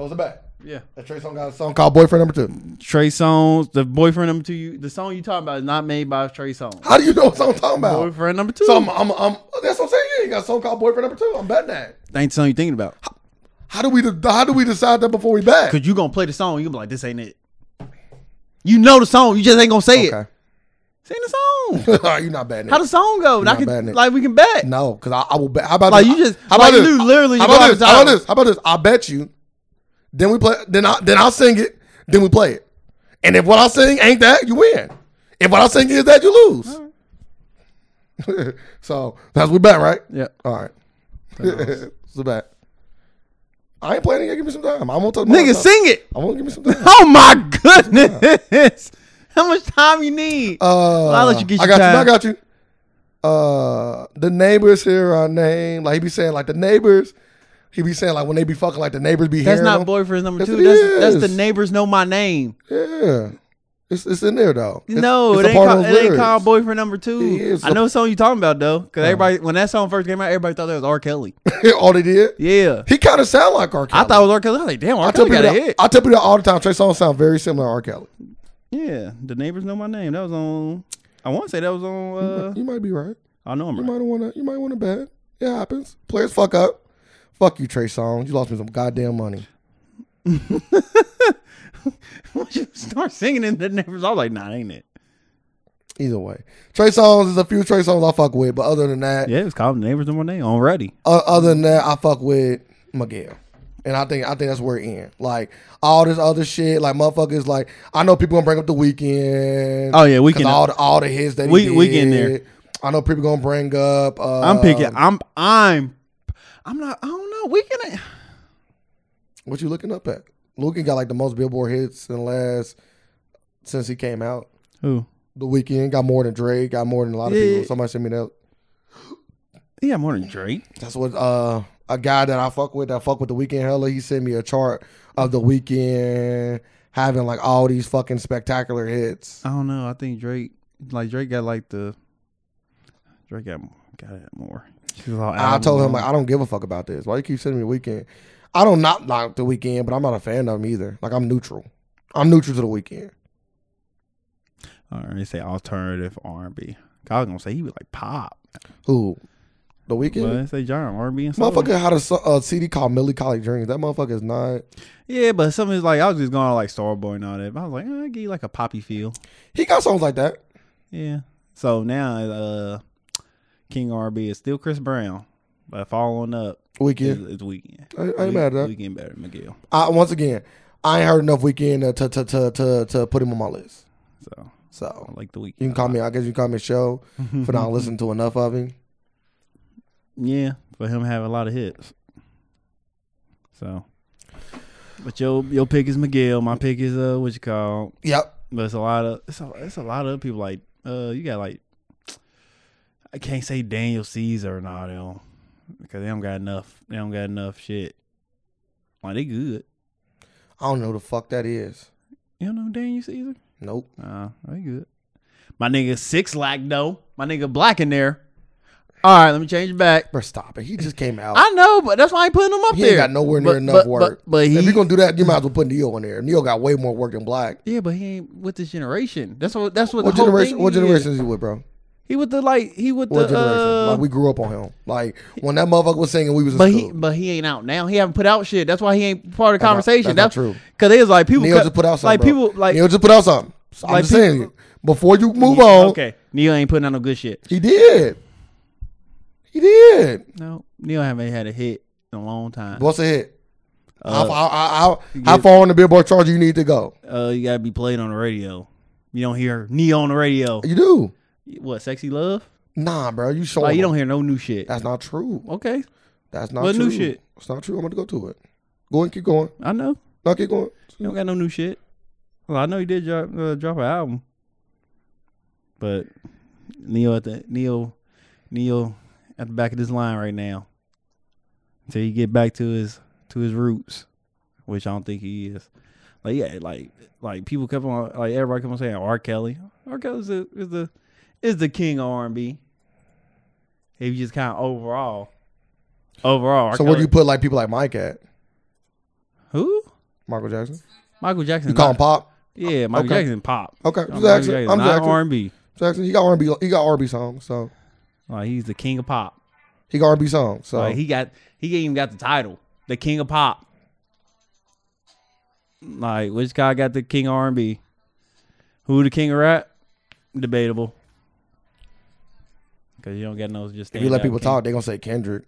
Speaker 2: it's a bet.
Speaker 1: Yeah.
Speaker 2: That Trey Songz got a song called Boyfriend Number Two.
Speaker 1: Trey Songz, the boyfriend number two. You, the song you talking about is not made by Trey Songz.
Speaker 2: How do you know what song I'm talking about?
Speaker 1: Boyfriend number two.
Speaker 2: So I'm, I'm, I'm, that's what I'm saying. Yeah, you got a song called Boyfriend Number Two. I'm betting that.
Speaker 1: ain't the song you thinking about.
Speaker 2: How do we? de- How do we decide that before we bet?
Speaker 1: Cause you gonna play the song, you gonna be like, this ain't it. You know the song, you just ain't gonna say it.
Speaker 2: okay.
Speaker 1: Sing the song.
Speaker 2: [LAUGHS] You're not betting.
Speaker 1: How
Speaker 2: It.
Speaker 1: the song go? And I
Speaker 2: not
Speaker 1: can,
Speaker 2: batting it.
Speaker 1: like we can bet.
Speaker 2: No, because I, I will bet. How about
Speaker 1: Like,
Speaker 2: this?
Speaker 1: you just-
Speaker 2: How
Speaker 1: like,
Speaker 2: about this?
Speaker 1: you literally
Speaker 2: How
Speaker 1: just go
Speaker 2: about this?
Speaker 1: off the
Speaker 2: How about
Speaker 1: top.
Speaker 2: this? How about this? I bet you. Then we play. Then I then I'll sing it. Then we play it. And if what I sing ain't that, you win. If what I sing is that, you lose. [LAUGHS] so that's what we bet, right?
Speaker 1: Yeah.
Speaker 2: All right. [LAUGHS] so bet. I ain't playing it yet. Give me some time. I'm gonna talk.
Speaker 1: Nigga, sing it.
Speaker 2: I'm gonna give me some time.
Speaker 1: Oh my goodness. [LAUGHS] How much time you need?
Speaker 2: Uh,
Speaker 1: I'll let you get
Speaker 2: I
Speaker 1: your
Speaker 2: got
Speaker 1: time.
Speaker 2: you. I got you. Uh, the neighbors hear our name. Like he be saying, like the neighbors. He be saying, like when they be fucking, like the neighbors be
Speaker 1: that's
Speaker 2: hearing.
Speaker 1: not
Speaker 2: them.
Speaker 1: boyfriend number
Speaker 2: Yes,
Speaker 1: two.
Speaker 2: it
Speaker 1: That's, that's the
Speaker 2: is.
Speaker 1: neighbors know my name.
Speaker 2: Yeah, it's it's in there though. It's,
Speaker 1: no,
Speaker 2: it's
Speaker 1: it,
Speaker 2: a
Speaker 1: ain't
Speaker 2: part of
Speaker 1: called,
Speaker 2: those
Speaker 1: it ain't
Speaker 2: lyrics.
Speaker 1: called boyfriend number
Speaker 2: It
Speaker 1: two.
Speaker 2: is. Oh.
Speaker 1: I know the song you talking about though, because everybody when that song first came out, everybody thought that was R. Kelly.
Speaker 2: [LAUGHS] All they did.
Speaker 1: Yeah,
Speaker 2: He kind of sound like R. Kelly.
Speaker 1: I thought it was R. Kelly. I was like, damn, R.
Speaker 2: I tell
Speaker 1: Kelly
Speaker 2: people
Speaker 1: got a
Speaker 2: that.
Speaker 1: hit.
Speaker 2: I tell people that all the time. Trey Songz sound very similar to R. Kelly.
Speaker 1: Yeah, the neighbors know my name. That was on. I want to say that was on. Uh,
Speaker 2: [LAUGHS] you might be right.
Speaker 1: I know I'm
Speaker 2: You
Speaker 1: right.
Speaker 2: might wanna. You might wanna bet. It happens. Players fuck up. Fuck you, Trey Songz. You lost me some goddamn money.
Speaker 1: Once you [LAUGHS] start singing in the neighbors, I was like, nah, ain't it?
Speaker 2: Either way, Trey Songz is a few Trey Songz I fuck with, but other than that,
Speaker 1: Yeah, it was called the neighbors know my name already.
Speaker 2: O- other than that, I fuck with Miguel. And I think I think that's where it ends. Like all this other shit, like motherfuckers, like I know people gonna bring up the weekend.
Speaker 1: Oh, yeah,
Speaker 2: 'cause
Speaker 1: Weeknd.
Speaker 2: All the all the hits that he
Speaker 1: We-
Speaker 2: did.
Speaker 1: Weeknd there.
Speaker 2: I know people gonna bring up. Uh,
Speaker 1: I'm picking. I'm. I'm. I'm not. I don't know. We can.
Speaker 2: What you looking up at? Weeknd got like the most Billboard hits in the last since he came out.
Speaker 1: Who?
Speaker 2: The weekend got more than Drake, got more than a lot of
Speaker 1: Yeah.
Speaker 2: people. Somebody sent me that.
Speaker 1: Yeah, more than Drake.
Speaker 2: That's what uh a guy that I fuck with that fuck with the weekend hella he sent me a chart of the weekend having like all these fucking spectacular hits.
Speaker 1: I don't know. I think Drake. Like Drake got like the. Drake got got it more.
Speaker 2: I told him like I don't give a fuck about this. Why you keep sending me weekend? I don't not like the weekend, but I'm not a fan of him either. Like I'm neutral. I'm neutral to the weekend.
Speaker 1: All right, they say alternative R&B. I was gonna say he was like pop,
Speaker 2: Who? The
Speaker 1: but they
Speaker 2: weekend?
Speaker 1: say genre R&B and soul.
Speaker 2: Motherfucker had a, so- a CD called Millie Collie Dreams. That motherfucker is not.
Speaker 1: Yeah, but some is like I was just going like Starboy and all that. But I was like, eh, I give you like a poppy feel.
Speaker 2: He got songs like that.
Speaker 1: Yeah. So now, uh, King R&B is still Chris Brown, but following up is,
Speaker 2: Weekend.
Speaker 1: is Weekend.
Speaker 2: I, I ain't mad at that.
Speaker 1: Weekend better than Miguel.
Speaker 2: I, once again, I ain't heard enough weekend to to to to to, to put him on my list.
Speaker 1: So I
Speaker 2: So
Speaker 1: like the week.
Speaker 2: you can call me. I guess you can call me show for not listening to enough of him.
Speaker 1: Uh, Yeah, for him have a lot of hits. So, but your your pick is Miguel. My pick is uh, what you call.
Speaker 2: Yep.
Speaker 1: But it's a lot of it's a it's a lot of people like uh, you got like I can't say Daniel Caesar and all them because they don't got enough. They don't got enough shit. Like they good.
Speaker 2: I don't know who the fuck that is.
Speaker 1: You don't know Daniel Caesar?
Speaker 2: Nope.
Speaker 1: Nah, they good. My nigga Six Lack though. My nigga Black in there. All right, let me change it back.
Speaker 2: Bro, stop it. He just came out.
Speaker 1: I know, but that's why I ain't putting him up
Speaker 2: he
Speaker 1: there.
Speaker 2: ain't got nowhere near
Speaker 1: But-
Speaker 2: enough
Speaker 1: but-
Speaker 2: work.
Speaker 1: But, but he,
Speaker 2: if you're gonna do that, you might as well put Neo on there. Neo got way more work than Black.
Speaker 1: yeah, but he ain't with this generation. That's what. That's what.
Speaker 2: What
Speaker 1: the whole
Speaker 2: generation?
Speaker 1: thing
Speaker 2: What
Speaker 1: is.
Speaker 2: generation is he with, bro?
Speaker 1: He with the like. He with the.
Speaker 2: What generation?
Speaker 1: Uh,
Speaker 2: like we grew up on him. Like when that motherfucker was singing, we was in
Speaker 1: but
Speaker 2: school.
Speaker 1: he, but he ain't out now. He haven't put out shit. That's why he ain't part of the
Speaker 2: That's not-
Speaker 1: conversation.
Speaker 2: that's
Speaker 1: That's,
Speaker 2: not true.
Speaker 1: Because they was like people.
Speaker 2: Neo
Speaker 1: cut-
Speaker 2: just put out something.
Speaker 1: Like
Speaker 2: bro.
Speaker 1: people like.
Speaker 2: Neo just put out something. So I'm
Speaker 1: like
Speaker 2: just saying
Speaker 1: people-
Speaker 2: Before you move
Speaker 1: Yeah,
Speaker 2: on,
Speaker 1: Okay, Neil ain't putting out no good shit.
Speaker 2: he did. He did.
Speaker 1: No, Neil haven't had a hit in a long time.
Speaker 2: What's a hit? how,
Speaker 1: Uh,
Speaker 2: far- how- how-
Speaker 1: get-
Speaker 2: how far on the Billboard chart do you need to go?
Speaker 1: Uh, you gotta be played on the radio. You don't hear Neil on the radio.
Speaker 2: You do.
Speaker 1: What, sexy love?
Speaker 2: Nah, bro. You showing
Speaker 1: Like you
Speaker 2: him.
Speaker 1: don't hear no new shit.
Speaker 2: That's not true.
Speaker 1: Okay,
Speaker 2: That's not
Speaker 1: What
Speaker 2: true.
Speaker 1: new shit?
Speaker 2: It's not true. I'm gonna go to it. Go and keep going.
Speaker 1: I know.
Speaker 2: No, keep going.
Speaker 1: You don't got no new shit. Well, I know he did drop uh, drop an album, but Neo at the Neo Neo at the back of this line right now until he get back to his to his roots, which I don't think he is. Like yeah, like like people kept on like everybody kept on saying R. Kelly. R. Kelly is the is the is the king of R and B. If you just kind of overall, overall. R.
Speaker 2: So where do
Speaker 1: Kelly-
Speaker 2: you put like people like Mike at?
Speaker 1: who?
Speaker 2: Michael Jackson.
Speaker 1: Michael Jackson.
Speaker 2: You call him
Speaker 1: not-
Speaker 2: pop?
Speaker 1: Yeah, Michael
Speaker 2: Okay.
Speaker 1: Jackson pop.
Speaker 2: Okay.
Speaker 1: I'm
Speaker 2: Jackson.
Speaker 1: Michael Jackson,
Speaker 2: I'm
Speaker 1: not
Speaker 2: Jackson.
Speaker 1: R&B.
Speaker 2: Jackson. He got R&B. He got R&B songs. So
Speaker 1: Like he's the king of pop.
Speaker 2: he got R&B songs. So
Speaker 1: Like he got he ain't even got the title, the king of pop. Like which guy got the king of R&B? Who the king of rap? Debatable. Cause you don't get no just.
Speaker 2: if you let
Speaker 1: standout
Speaker 2: people
Speaker 1: king.
Speaker 2: talk, they gonna say Kendrick.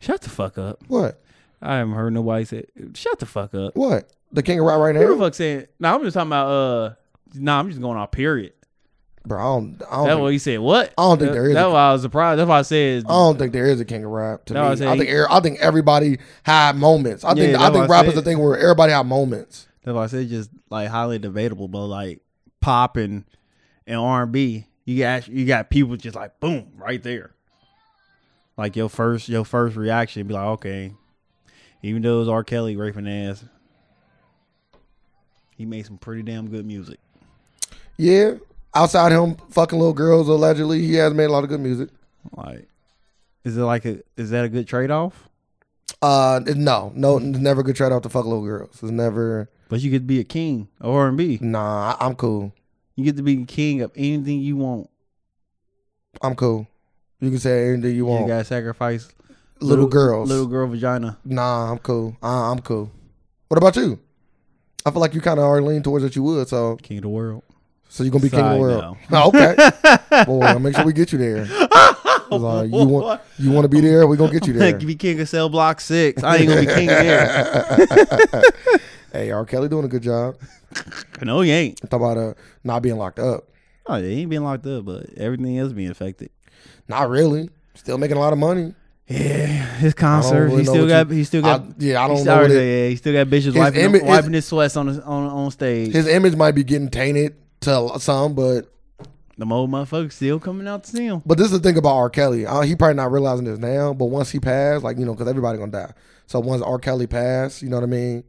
Speaker 1: shut the fuck up.
Speaker 2: What?
Speaker 1: I haven't heard nobody say shut the fuck up.
Speaker 2: What? The king of rap right
Speaker 1: Who the
Speaker 2: now?
Speaker 1: fuck saying? Nah, I'm just talking about. Uh, nah, I'm just going off. Period.
Speaker 2: Bro, I don't. I don't,
Speaker 1: That's
Speaker 2: think,
Speaker 1: what he said. What?
Speaker 2: I don't think there is
Speaker 1: That's
Speaker 2: a-
Speaker 1: why I was surprised. That's why I said.
Speaker 2: I don't think there is a king of rap. To
Speaker 1: That's what I
Speaker 2: me,
Speaker 1: said.
Speaker 2: I think er- I think everybody had moments. I think
Speaker 1: Yeah,
Speaker 2: I
Speaker 1: that's
Speaker 2: think
Speaker 1: what I
Speaker 2: rap is the
Speaker 1: said.
Speaker 2: thing where everybody had moments.
Speaker 1: That's why I said just like highly debatable, but like pop and and R and B, you got you got people just like boom right there. Like your first your first reaction be like okay, even though it's R Kelly raping ass, he made some pretty damn good music.
Speaker 2: Yeah. Outside him fucking little girls allegedly, he has made a lot of good music.
Speaker 1: Like, is it like a is that a good trade off?
Speaker 2: Uh, no, no, never good trade off to fuck little girls. It's never.
Speaker 1: But you get to be a king of R and B.
Speaker 2: Nah, I- I'm cool.
Speaker 1: You get to be king of anything you want.
Speaker 2: I'm cool. You can say anything you
Speaker 1: You
Speaker 2: want.
Speaker 1: gotta sacrifice
Speaker 2: little, girls.
Speaker 1: little girl vagina.
Speaker 2: Nah, I'm cool. Uh, I'm cool. What about you? I feel like you kind of already lean towards that you would. So,
Speaker 1: King of the
Speaker 2: [LAUGHS]
Speaker 1: world.
Speaker 2: so you're gonna be king of
Speaker 1: Side
Speaker 2: the world. Oh, [LAUGHS] okay. Boy, make sure we get
Speaker 1: [LAUGHS]
Speaker 2: you there. 'Cause, uh, you want you want to be there? We gonna get
Speaker 1: [LAUGHS]
Speaker 2: you there.
Speaker 1: be king of cell block six. I ain't gonna be king there.
Speaker 2: [LAUGHS] Hey, R. Kelly doing a good job.
Speaker 1: No, he ain't.
Speaker 2: Talk about uh, not being locked up.
Speaker 1: Oh, he ain't being locked up, but everything else being affected.
Speaker 2: Not really. Still making a lot of money.
Speaker 1: Yeah, his
Speaker 2: I don't
Speaker 1: concert.
Speaker 2: really
Speaker 1: He
Speaker 2: know
Speaker 1: still
Speaker 2: what
Speaker 1: got.
Speaker 2: you-
Speaker 1: he still
Speaker 2: I-
Speaker 1: got.
Speaker 2: yeah, I
Speaker 1: he's
Speaker 2: don't know what
Speaker 1: already-
Speaker 2: it-
Speaker 1: yeah, he still got bitches
Speaker 2: His
Speaker 1: wiping
Speaker 2: image-
Speaker 1: his, wiping his sweats on his, on on stage.
Speaker 2: His image might be getting tainted to some, but
Speaker 1: the old motherfuckers still coming out to see him.
Speaker 2: But this is the thing about R. Kelly. Uh, he probably not realizing this now, but once he passed, like you know, because everybody gonna die. So once R. Kelly passed, you know what I mean.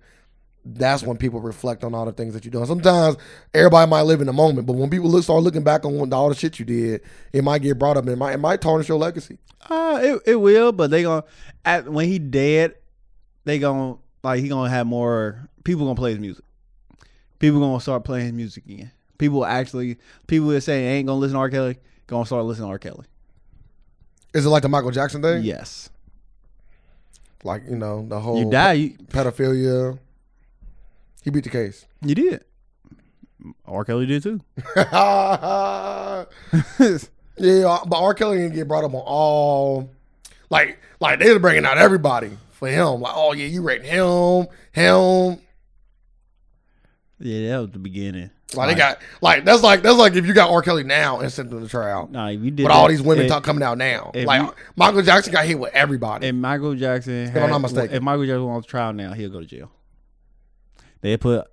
Speaker 2: That's when people reflect on all the things that you're doing. Sometimes everybody might live in the moment, but when people look start looking back on all the shit you did, it might get brought up. and It might it might tarnish your legacy.
Speaker 1: Uh, it it will, but they gonna at, when he dead, they gonna like he gonna have more people gonna play his music. People gonna start playing his music again. People actually, people that say they ain't gonna listen to R. Kelly, gonna start listening to R. Kelly.
Speaker 2: Is it like the Michael Jackson thing?
Speaker 1: Yes,
Speaker 2: Like you know the whole
Speaker 1: you die, you,
Speaker 2: pedophilia. He beat the case.
Speaker 1: you did. R. Kelly did too.
Speaker 2: [LAUGHS] Yeah, but R. Kelly didn't get brought up on all, like, like they was bringing out everybody for him. Like, oh yeah, you rating him, him.
Speaker 1: yeah, that was the beginning.
Speaker 2: Like they got like that's like that's like if you got R. Kelly now and sent him to trial.
Speaker 1: Nah, if you did
Speaker 2: But all
Speaker 1: that-
Speaker 2: these women
Speaker 1: if-
Speaker 2: talk coming out now.
Speaker 1: if
Speaker 2: Like
Speaker 1: you-
Speaker 2: Michael Jackson got hit with everybody.
Speaker 1: If Michael Jackson, had,
Speaker 2: I'm not mistaken.
Speaker 1: if Michael Jackson was on trial now, he'll go to jail. They put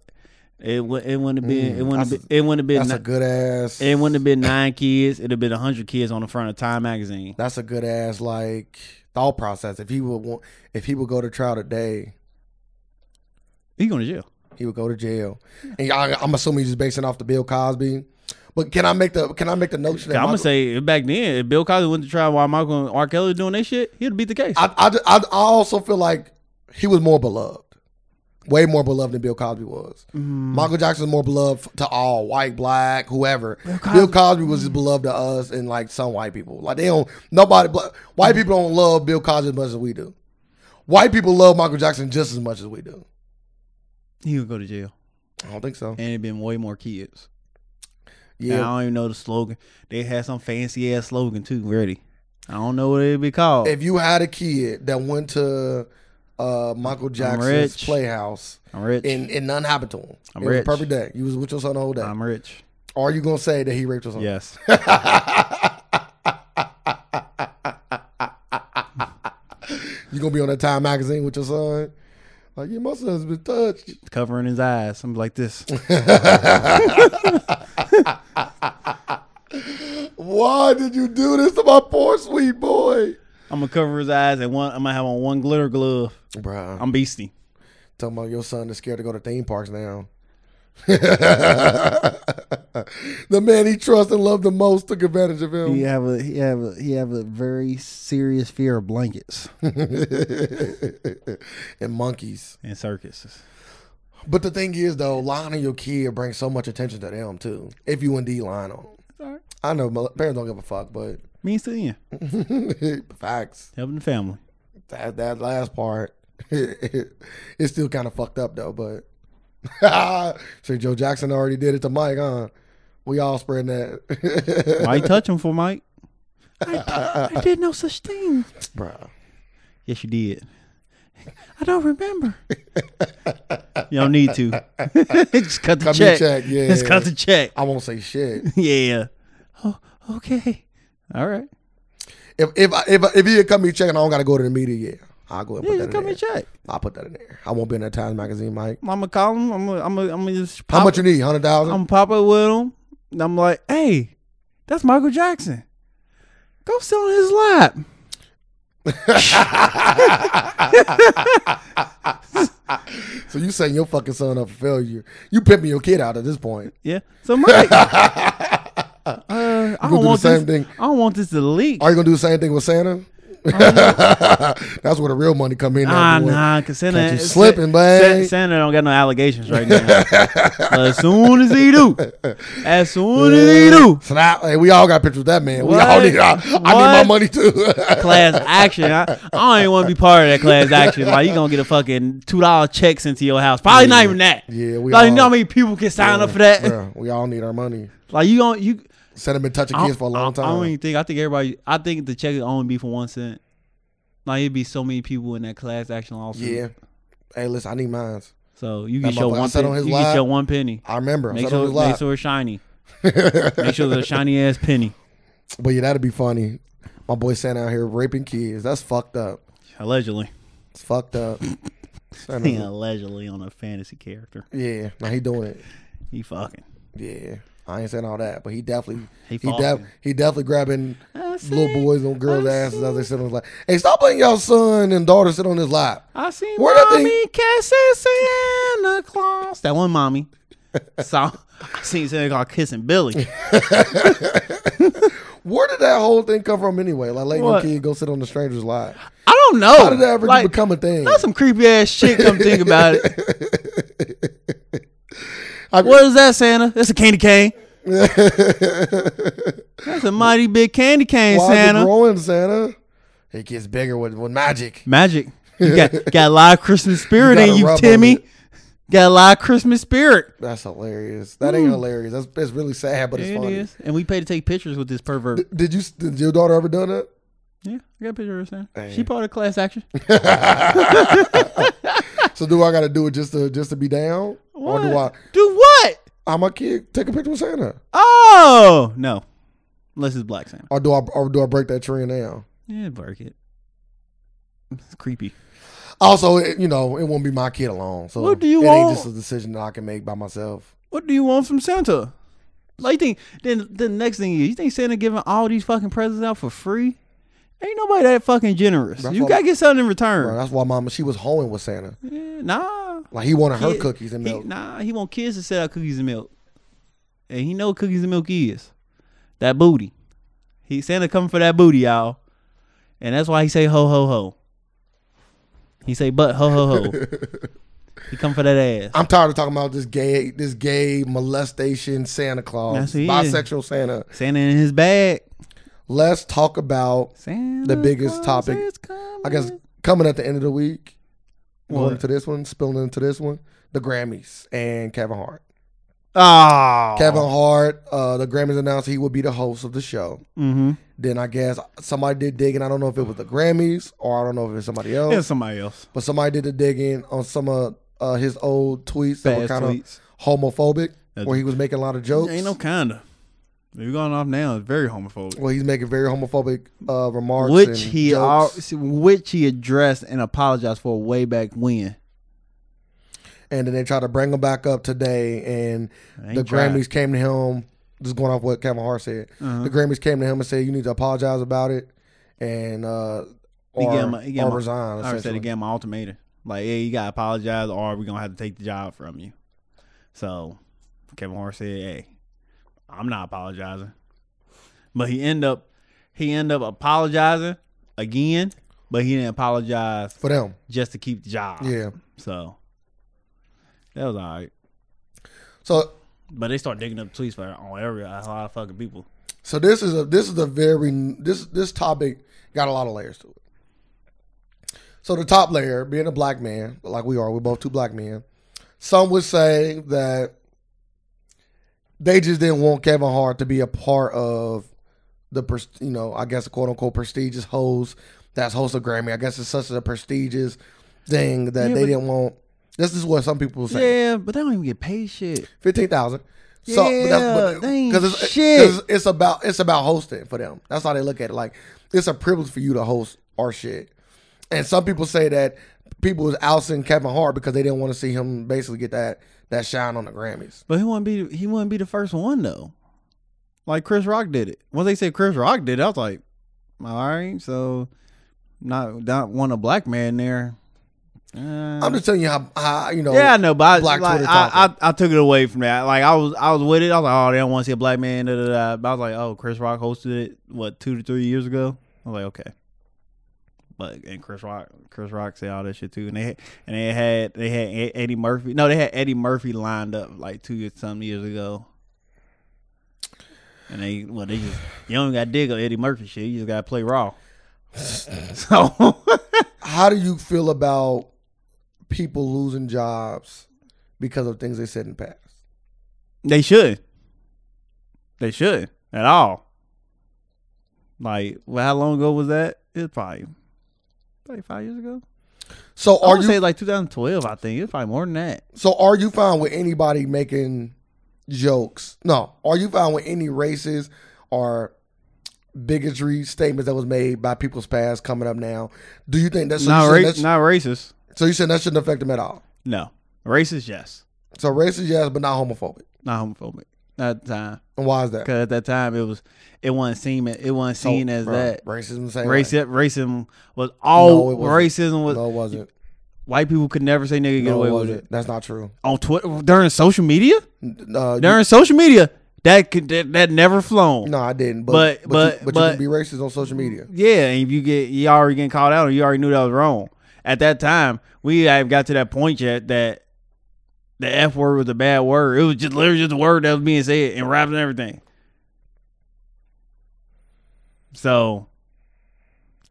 Speaker 1: it. wou- It wouldn't have been. it wouldn't. Have
Speaker 2: Mm, that's
Speaker 1: been, it wouldn't have been.
Speaker 2: that's a
Speaker 1: ni-
Speaker 2: good ass.
Speaker 1: it wouldn't have been nine kids. It'd have been hundred kids on the front of Time magazine.
Speaker 2: that's a good ass like thought process. If he would want, if he would go to trial today,
Speaker 1: He going to jail.
Speaker 2: he would go to jail. And I, I'm assuming he's just basing off the Bill Cosby. But can I make the can I make the notion that
Speaker 1: I'm gonna
Speaker 2: Michael-
Speaker 1: say back then, if Bill Cosby went to trial while Michael and R. Kelly was doing their shit, he'd beat the case.
Speaker 2: I, I, I, I also feel like he was more beloved, way more beloved than Bill Cosby was.
Speaker 1: Mm.
Speaker 2: Michael Jackson was more beloved to all white, black, whoever. Bill Cosby, was just beloved to us and like some white people. Like they don't nobody black, white people don't love Bill Cosby as much as we do. White people love Michael Jackson just as much as we do.
Speaker 1: he would go to jail,
Speaker 2: I don't think so.
Speaker 1: and it'd been way more kids. Yeah, I
Speaker 2: Yeah.
Speaker 1: don't even know the slogan. They had some fancy ass slogan too. Ready? I don't know what it'd be called.
Speaker 2: If you had a kid that went to uh, Michael Jackson's
Speaker 1: rich.
Speaker 2: playhouse
Speaker 1: I'm rich.
Speaker 2: and, and nothing happened to him,
Speaker 1: I'm
Speaker 2: it was a
Speaker 1: rich.
Speaker 2: perfect day. You was with your son the whole day.
Speaker 1: I'm rich.
Speaker 2: Are you gonna say that he raped your
Speaker 1: [LAUGHS]
Speaker 2: son?
Speaker 1: Yes.
Speaker 2: You gonna be on that Time magazine with your son? Like your must has been touched.
Speaker 1: covering his eyes, something like [LAUGHS] this.
Speaker 2: Why did you do this to my poor sweet boy,
Speaker 1: I'm gonna cover his eyes and one. I'm gonna have on one glitter glove.
Speaker 2: Bruh, I'm
Speaker 1: I'm beastie.
Speaker 2: talking about your son is scared to go to theme
Speaker 1: [LAUGHS]
Speaker 2: parks now. the man he trusts and loved the most took advantage of him.
Speaker 1: He have a he have a he have a very serious fear of blankets
Speaker 2: [LAUGHS]
Speaker 1: [LAUGHS]
Speaker 2: and monkeys.
Speaker 1: and circuses.
Speaker 2: But the thing is, though, lying on your kid brings so much attention to them too. If you indeed lying on them,
Speaker 1: All right.
Speaker 2: I know my parents don't give a fuck, but [LAUGHS]
Speaker 1: Means to the [LAUGHS] end,
Speaker 2: facts.
Speaker 1: helping the family.
Speaker 2: that that last part [LAUGHS] it's still kind of fucked up though but [LAUGHS] so joe jackson already did it to mike huh we all spreading that [LAUGHS]
Speaker 1: Why you touch him for, [LAUGHS] Mike? I, I did no such thing.
Speaker 2: bro
Speaker 1: Yes, you did. [LAUGHS] I don't remember. [LAUGHS] you don't need to. [LAUGHS] Just cut the
Speaker 2: Cut me a
Speaker 1: check.
Speaker 2: check, yeah.
Speaker 1: [LAUGHS] Just cut the check. [LAUGHS]
Speaker 2: i won't say shit
Speaker 1: Yeah. Oh, okay. All right.
Speaker 2: if if I- if, I- if he had come me checking i don't gotta go to the media yeah i'll go and
Speaker 1: Yeah,
Speaker 2: put
Speaker 1: just
Speaker 2: that in
Speaker 1: cut me
Speaker 2: there
Speaker 1: a check.
Speaker 2: i'll put that in there i won't be in that times magazine mike
Speaker 1: I'm gonna call him. I'm gonna, I'm gonna, I'm gonna just
Speaker 2: how
Speaker 1: pop,
Speaker 2: much you need 100000
Speaker 1: I'm popping with him. And I'm like, hey, that's Michael Jackson. Go sit on his lap.
Speaker 2: so you setting your fucking son up for failure you pimping your kid out at this point
Speaker 1: Yeah. So Mike,
Speaker 2: [LAUGHS]
Speaker 1: uh, I
Speaker 2: do
Speaker 1: don't
Speaker 2: the
Speaker 1: want
Speaker 2: same
Speaker 1: this.
Speaker 2: thing.
Speaker 1: I don't want this to leak.
Speaker 2: are you gonna do the same thing with santa [LAUGHS] that's where the real money come in
Speaker 1: Nah,
Speaker 2: at, boy.
Speaker 1: nah, cause Santa
Speaker 2: Catch you slipping, babe.
Speaker 1: Santa don't got no allegations right now. But as soon as he do, as soon as he do,
Speaker 2: Snap! Hey, we all got pictures of that man. We all
Speaker 1: What?
Speaker 2: need. I, I need my
Speaker 1: What?
Speaker 2: money too.
Speaker 1: class action. I, I don't even want to be part of that class action. Like you gonna get a fucking two dollar check sent to your house. Probably not even that.
Speaker 2: Yeah, we
Speaker 1: like you
Speaker 2: all-
Speaker 1: know how many people can sign up for that.
Speaker 2: Bruh, we all need our money.
Speaker 1: Like you gonna you.
Speaker 2: Santa been touching
Speaker 1: I
Speaker 2: kids
Speaker 1: don't-
Speaker 2: for a
Speaker 1: I
Speaker 2: long
Speaker 1: don't- I don't
Speaker 2: time.
Speaker 1: even think. I think everybody. I think the check would only be for one cent. Like it'd be so many people in that class action lawsuit.
Speaker 2: Yeah. Hey, listen, I need mines.
Speaker 1: So you get
Speaker 2: That
Speaker 1: your
Speaker 2: motherfucker
Speaker 1: one.
Speaker 2: sat
Speaker 1: Penny,
Speaker 2: on his
Speaker 1: you
Speaker 2: lap.
Speaker 1: get your one penny.
Speaker 2: I remember.
Speaker 1: Make
Speaker 2: Santa
Speaker 1: sure,
Speaker 2: was live.
Speaker 1: make sure it's
Speaker 2: [LAUGHS]
Speaker 1: shiny. make sure it's a shiny ass penny.
Speaker 2: But yeah, that'd be funny. My boy Santa out here raping kids. That's fucked up. [LAUGHS]
Speaker 1: Allegedly.
Speaker 2: It's fucked up.
Speaker 1: [LAUGHS]
Speaker 2: Santa,
Speaker 1: Yeah,
Speaker 2: yeah.
Speaker 1: [LAUGHS] allegedly on a fantasy character.
Speaker 2: Now he doing it.
Speaker 1: He fucking.
Speaker 2: Yeah. I ain't saying all that, but he definitely
Speaker 1: He
Speaker 2: he, def-
Speaker 1: fucking.
Speaker 2: he definitely grabbing
Speaker 1: I
Speaker 2: little
Speaker 1: seen,
Speaker 2: boys and girls'
Speaker 1: I
Speaker 2: asses as they sit on his lap. Hey, stop letting your son and daughter sit on his lap.
Speaker 1: I seen
Speaker 2: Where that thing-
Speaker 1: mommy kissing Santa Claus. That one
Speaker 2: [LAUGHS]
Speaker 1: mommy. so I seen Santa Claus kissing Billy.
Speaker 2: Where did that whole thing come from anyway? Like letting
Speaker 1: What?
Speaker 2: your kid go sit on the stranger's lap.
Speaker 1: I don't know.
Speaker 2: How did that ever
Speaker 1: like,
Speaker 2: become a thing?
Speaker 1: That's some creepy ass shit. Come
Speaker 2: [LAUGHS]
Speaker 1: think about it.
Speaker 2: I-
Speaker 1: What is that, Santa? It's a candy
Speaker 2: [LAUGHS]
Speaker 1: cane. That's a mighty big candy cane,
Speaker 2: Why is it
Speaker 1: Santa.
Speaker 2: growing, Santa? It gets bigger with, with magic. [LAUGHS]
Speaker 1: Magic. You got got a lot of Christmas spirit
Speaker 2: You
Speaker 1: in
Speaker 2: gotta
Speaker 1: you,
Speaker 2: rub on
Speaker 1: Timmy.
Speaker 2: it.
Speaker 1: Got a lot of Christmas spirit.
Speaker 2: That's hilarious. That ain't hilarious. That's it's really sad, but it's
Speaker 1: Mm. It
Speaker 2: funny.
Speaker 1: is. And we pay to take pictures with this pervert.
Speaker 2: Did you? Did your daughter ever
Speaker 1: [LAUGHS]
Speaker 2: done that?
Speaker 1: Yeah, I got a picture of her. Santa.
Speaker 2: Hey.
Speaker 1: She part of class
Speaker 2: [LAUGHS]
Speaker 1: action.
Speaker 2: So do I got to do it just to just to be down, or do I?
Speaker 1: Do what?
Speaker 2: I ah, my kid take a picture with Santa,
Speaker 1: Oh no, unless it's Black Santa.
Speaker 2: or do I or do I break that trend down?
Speaker 1: Yeah, bark it. It's creepy.
Speaker 2: Also, it, you know, it won't be my kid alone. So
Speaker 1: What do you
Speaker 2: it
Speaker 1: want?
Speaker 2: ain't just a decision that I can make by myself.
Speaker 1: What do you want from Santa? Like, you think then the next thing is, you think Santa giving all these fucking presents out for free? Ain't nobody that fucking generous.
Speaker 2: That's
Speaker 1: you
Speaker 2: what-
Speaker 1: gotta get something in
Speaker 2: Bro,
Speaker 1: return.
Speaker 2: that's why Mama she was hoeing with Santa.
Speaker 1: Yeah, nah,
Speaker 2: Like he wanted her
Speaker 1: Kid-
Speaker 2: cookies and
Speaker 1: he-
Speaker 2: milk.
Speaker 1: nah, he want kids to set out cookies and milk, and he know what cookies and milk is that booty. He Santa coming for that booty, y'all, and that's why he say ho ho ho. He say but ho ho ho. he come for that ass.
Speaker 2: I'm tired of talking about this gay, this gay molestation Santa Claus,
Speaker 1: That's it.
Speaker 2: bisexual Santa.
Speaker 1: Santa in his bag.
Speaker 2: Let's talk about,
Speaker 1: Santa
Speaker 2: biggest
Speaker 1: Claus
Speaker 2: topic,
Speaker 1: is
Speaker 2: I guess,
Speaker 1: coming.
Speaker 2: coming at the end of the week,
Speaker 1: What?
Speaker 2: going into this one, spilling into this one, the Grammys and Kevin Hart.
Speaker 1: Oh.
Speaker 2: Kevin Hart, uh, the Grammys announced he would be the host of the show.
Speaker 1: Mm-hmm.
Speaker 2: Then I guess somebody did digging. I don't know if it was the Grammys or I don't know if it was somebody else,
Speaker 1: And somebody else.
Speaker 2: but somebody did the digging on some of uh, his old tweets that
Speaker 1: Bad
Speaker 2: were kind of
Speaker 1: tweets.
Speaker 2: homophobic,
Speaker 1: That-
Speaker 2: where he was making a lot of jokes.
Speaker 1: Ain't no kinda. You're going off now. It's very homophobic.
Speaker 2: Well, he's making very homophobic uh, remarks, and
Speaker 1: which he al-
Speaker 2: jokes.
Speaker 1: see, which he addressed and apologized for way back when.
Speaker 2: and then they try to bring him back up today. And
Speaker 1: Ain't
Speaker 2: the
Speaker 1: tried.
Speaker 2: Grammys came to him. Just going off what Kevin Hart said.
Speaker 1: Uh-huh.
Speaker 2: The Grammys came to him and said, "You need to apologize about it, and uh,
Speaker 1: He
Speaker 2: or,
Speaker 1: gave him a- he gave
Speaker 2: or
Speaker 1: him a-
Speaker 2: resign."
Speaker 1: I already said
Speaker 2: essentially.
Speaker 1: he gave him an ultimatum. Like, yeah, you gotta apologize, or we're gonna have to take the job from you. So Kevin Hart said, "Hey, I'm not apologizing," but he end up he end up apologizing again, but he didn't apologize
Speaker 2: for them.
Speaker 1: just to keep the job.
Speaker 2: Yeah.
Speaker 1: So that was all right.
Speaker 2: So,
Speaker 1: But they start digging up tweets for on every a lot of fucking people.
Speaker 2: so this is a this is a very this this topic got a lot of layers to it. So the top layer, being a black man, like we are, we're both two black men. Some would say that they just didn't want Kevin Hart to be a part of the, pres- you know, I guess quote unquote prestigious host that's host of Grammy. I guess it's such a prestigious thing that
Speaker 1: Yeah,
Speaker 2: they
Speaker 1: but-
Speaker 2: didn't want. This is what some people say.
Speaker 1: Yeah, but they don't even get paid shit.
Speaker 2: Fifteen thousand. So
Speaker 1: Yeah, they ain't
Speaker 2: because it's,
Speaker 1: shit.
Speaker 2: 'cause it's- it's about it's about hosting for them. That's how they look at it. Like it's a privilege for you to host our shit. And some people say that people was ousting Kevin Hart because they didn't want to see him basically get that that shine on the Grammys.
Speaker 1: But he wouldn't be he wouldn't be the first one though. Like Chris Rock did it. Once they said Chris Rock did it, I was like, all right, so not not want a black man there. Uh,
Speaker 2: I'm just telling you how, how you know.
Speaker 1: yeah, I know, but I,
Speaker 2: Black
Speaker 1: like,
Speaker 2: Twitter
Speaker 1: I, I I took it away from that. Like I was I was with it. I was like, oh, they don't want to see a black man. Da, da, da. But I was like, oh, Chris Rock hosted it what two to three years ago. I was like, okay. But and Chris Rock, Chris Rock said all that shit too, and they had, and they had they had Ed- Eddie Murphy. No, they had Eddie Murphy lined up like two or some years ago. And they well they just you don't got to dig up Eddie Murphy shit. You just got to play raw. [LAUGHS] So [LAUGHS]
Speaker 2: How do you feel about people losing jobs because of things they said in the past?
Speaker 1: They should. They should at all. Like, well, how long ago was that? It's probably like five years ago.
Speaker 2: So
Speaker 1: I
Speaker 2: are
Speaker 1: would
Speaker 2: you
Speaker 1: say like 2012. I think it's probably more than that.
Speaker 2: So are you fine with anybody making jokes? No. Are you fine with any races or bigotry statements that was made by people's past coming up now? Do you think that's so,
Speaker 1: not
Speaker 2: you saying
Speaker 1: ra-
Speaker 2: that's-
Speaker 1: not racist.
Speaker 2: so you saying that shouldn't affect them at all?
Speaker 1: No, racist. Yes,
Speaker 2: So racist, yes, but not homophobic.
Speaker 1: not homophobic. Not at the time,
Speaker 2: And why is that?
Speaker 1: because at that time it was it wasn't seen it wasn't
Speaker 2: So,
Speaker 1: seen as
Speaker 2: Oh, bro,
Speaker 1: that.
Speaker 2: racism. the Same way.
Speaker 1: Racism, racism was all
Speaker 2: it wasn't.
Speaker 1: racism was
Speaker 2: No, it wasn't.
Speaker 1: white people could never say nigga get
Speaker 2: No,
Speaker 1: away
Speaker 2: it
Speaker 1: with
Speaker 2: wasn't.
Speaker 1: it
Speaker 2: That's not true. uh,
Speaker 1: on Twitter during social media.
Speaker 2: No, you-
Speaker 1: during social media that could that, that never flown.
Speaker 2: no, I didn't.
Speaker 1: But-
Speaker 2: But but
Speaker 1: but-
Speaker 2: you, but,
Speaker 1: but-
Speaker 2: you can be racist on social media.
Speaker 1: Yeah, and if you get you already getting called out, or you already knew that was wrong. At that time, we have got to that point yet that the F word was a bad word. It was just literally just a word that was being said and raps and everything. So,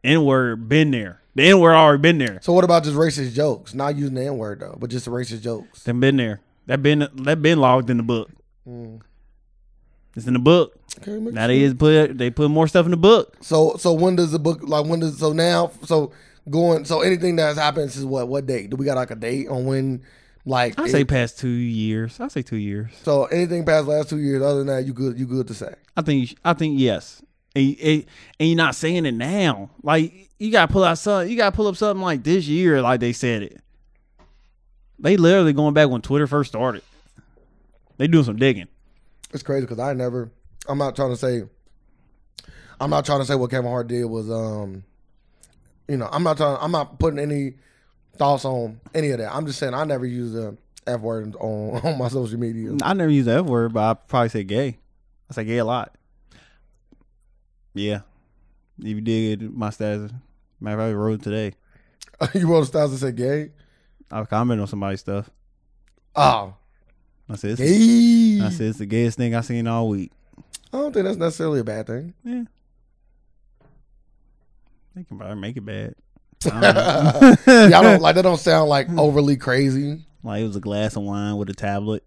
Speaker 1: N word been there. The N word already been there.
Speaker 2: So what about just racist jokes? Not using the N word though, but just racist jokes.
Speaker 1: Then been there. That been that been logged in the book.
Speaker 2: Mm.
Speaker 1: It's in the book.
Speaker 2: Okay, makes
Speaker 1: Now they is put they put more stuff in the book.
Speaker 2: So so when does the book like when does so now so going so anything that's happened since what what date do we got like a date on when Like
Speaker 1: I
Speaker 2: it-
Speaker 1: say past two years. I say two years.
Speaker 2: so, anything past last two years, other than that, you good. You good to say.
Speaker 1: I think. You sh- I think yes. And, you- and and you're not saying it now. Like you gotta pull out something. You gotta pull up something like this year. Like they said it. They literally going back when Twitter first started. They doing some digging.
Speaker 2: It's crazy because I never. I'm not trying to say. I'm not trying to say what Kevin Hart did was. um You know, I'm not trying. I'm not putting any thoughts on any of that. I'm just saying I never use the f word on [LAUGHS] on my social media.
Speaker 1: I never use the F word, but I probably say gay. I say gay a lot. Yeah. If you did my status, matter of fact, I wrote it today.
Speaker 2: [LAUGHS] you wrote a status that said gay.
Speaker 1: I comment on somebody's stuff.
Speaker 2: Oh,
Speaker 1: I said, it's,
Speaker 2: gay.
Speaker 1: I said it's the gayest thing I've seen all week.
Speaker 2: I don't think that's necessarily a bad thing.
Speaker 1: Yeah. They can probably make it
Speaker 2: [LAUGHS]
Speaker 1: bad. I don't
Speaker 2: Yeah,
Speaker 1: [LAUGHS] know.
Speaker 2: I don't like that. Don't sound like overly crazy.
Speaker 1: like it was a glass of wine with a tablet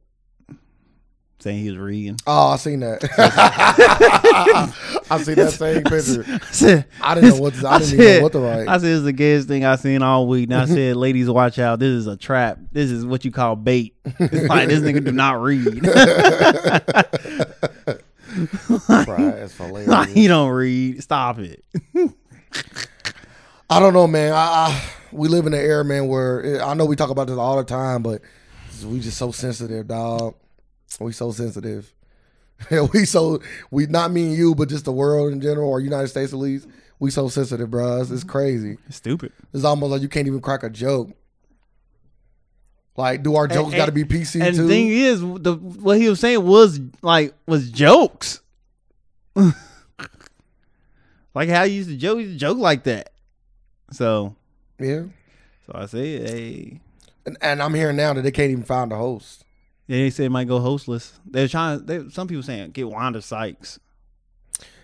Speaker 1: saying he was reading.
Speaker 2: Oh, I
Speaker 1: [LAUGHS]
Speaker 2: seen that. [LAUGHS] I seen that same picture.
Speaker 1: [LAUGHS] I said,
Speaker 2: I didn't know what. To, I didn't even know what to write.
Speaker 1: I said it's the gayest thing I've seen all week.
Speaker 2: [LAUGHS]
Speaker 1: And I said, ladies, watch out. This is a trap. This is what you call bait. It's like this nigga do not read. [LAUGHS]
Speaker 2: [LAUGHS] Right, that's
Speaker 1: [LAUGHS]
Speaker 2: hilarious.
Speaker 1: Like, he don't read. Stop it.
Speaker 2: I don't know, man. I, I we live in an era, man, where it, I know we talk about this all the time, but we just so sensitive, dog. We so sensitive. [LAUGHS] we so we not mean you, but just the world in general, or United States at least. We so sensitive, bruh. It's, it's crazy.
Speaker 1: It's stupid.
Speaker 2: It's almost like you can't even crack a joke. Like, do our jokes
Speaker 1: and-
Speaker 2: got to be PC
Speaker 1: And
Speaker 2: too?
Speaker 1: the thing is, the what he was saying was like was jokes. [LAUGHS] like how you used to joke, you used to joke like that. So,
Speaker 2: yeah.
Speaker 1: so I said, hey.
Speaker 2: And, and I'm hearing now that they can't even find a host.
Speaker 1: They said it might go hostless. They're trying. They, some people saying get Wanda Sykes.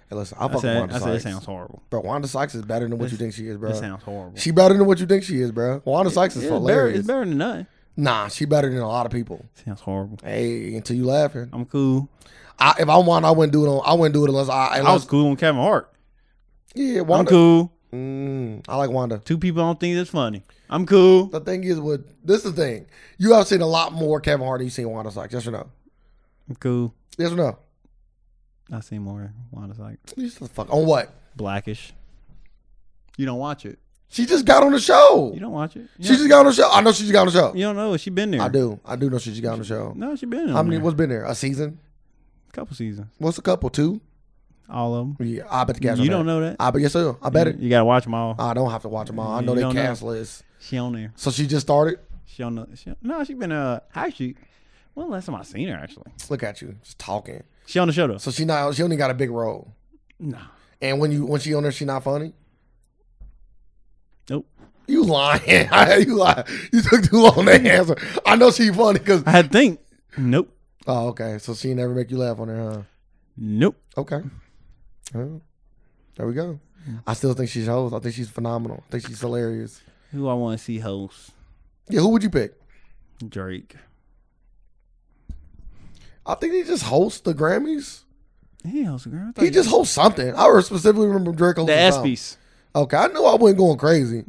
Speaker 2: Hey, listen, I
Speaker 1: I
Speaker 2: fuck with
Speaker 1: said,
Speaker 2: Wanda
Speaker 1: I said it
Speaker 2: Sykes.
Speaker 1: sounds horrible.
Speaker 2: bro, Wanda Sykes is better than what
Speaker 1: This-
Speaker 2: you think she is,
Speaker 1: It
Speaker 2: bro.
Speaker 1: sounds horrible.
Speaker 2: She better than what you think she is, bro. Wanda Sykes is
Speaker 1: Yeah, it's better,
Speaker 2: hilarious.
Speaker 1: it's better than nothing.
Speaker 2: Nah, she better than a lot of people.
Speaker 1: Sounds horrible.
Speaker 2: Hey, until you laughing.
Speaker 1: I'm cool.
Speaker 2: I, if I want, I wouldn't do it. On, I wouldn't do it unless I. Unless,
Speaker 1: I was cool on Kevin Hart.
Speaker 2: yeah,
Speaker 1: I'm
Speaker 2: Wanda.
Speaker 1: cool.
Speaker 2: Mm, I like Wanda.
Speaker 1: Two people don't think that's funny. I'm cool.
Speaker 2: The thing is, with this is the thing. You have seen a lot more Kevin Hart than you've seen Wanda Sykes. Yes or no?
Speaker 1: I'm cool.
Speaker 2: Yes or no?
Speaker 1: I see more Wanda Sykes.
Speaker 2: You just fuck on what?
Speaker 1: Blackish. You don't watch it.
Speaker 2: She just got on the show.
Speaker 1: You don't watch it. You
Speaker 2: She just got on the show. I know she just got on the show.
Speaker 1: you don't know. She been there.
Speaker 2: I do. I do know she just got on the show.
Speaker 1: No, she been.
Speaker 2: How many?
Speaker 1: There.
Speaker 2: What's been there? A season?
Speaker 1: couple seasons.
Speaker 2: What's a couple? Two?
Speaker 1: All of them.
Speaker 2: Yeah, I bet the cash.
Speaker 1: You
Speaker 2: on
Speaker 1: don't
Speaker 2: that.
Speaker 1: know that.
Speaker 2: I bet yes, sir. I bet it.
Speaker 1: You gotta watch them all.
Speaker 2: I don't have to watch them all. I
Speaker 1: You
Speaker 2: know they
Speaker 1: don't know.
Speaker 2: cast list.
Speaker 1: She on there.
Speaker 2: So she just started.
Speaker 1: She on the. She, no, she been. Uh, actually, when the last time I seen her? Actually,
Speaker 2: Look at you, just talking.
Speaker 1: she on the show though.
Speaker 2: So she not. She only got a big role.
Speaker 1: No.
Speaker 2: And when you when she on there, she not funny.
Speaker 1: Nope.
Speaker 2: You lying? [LAUGHS] you lying? You took too
Speaker 1: [LAUGHS]
Speaker 2: long to answer. I know she funny because.
Speaker 1: I had to think. Nope.
Speaker 2: Oh, okay. So she never make you laugh on there, huh?
Speaker 1: Nope.
Speaker 2: Okay. Well, there we go.
Speaker 1: Hmm.
Speaker 2: I still think she's host. I think she's phenomenal. I think she's hilarious.
Speaker 1: Who I want to see host?
Speaker 2: Yeah, who would you pick?
Speaker 1: Drake.
Speaker 2: I think he just hosts the Grammys.
Speaker 1: He hosts a girl. I thought
Speaker 2: He just hosts something. I specifically remember Drake
Speaker 1: the
Speaker 2: hosting something.
Speaker 1: ESPYS. Hmm.
Speaker 2: Okay, I knew I wasn't going crazy.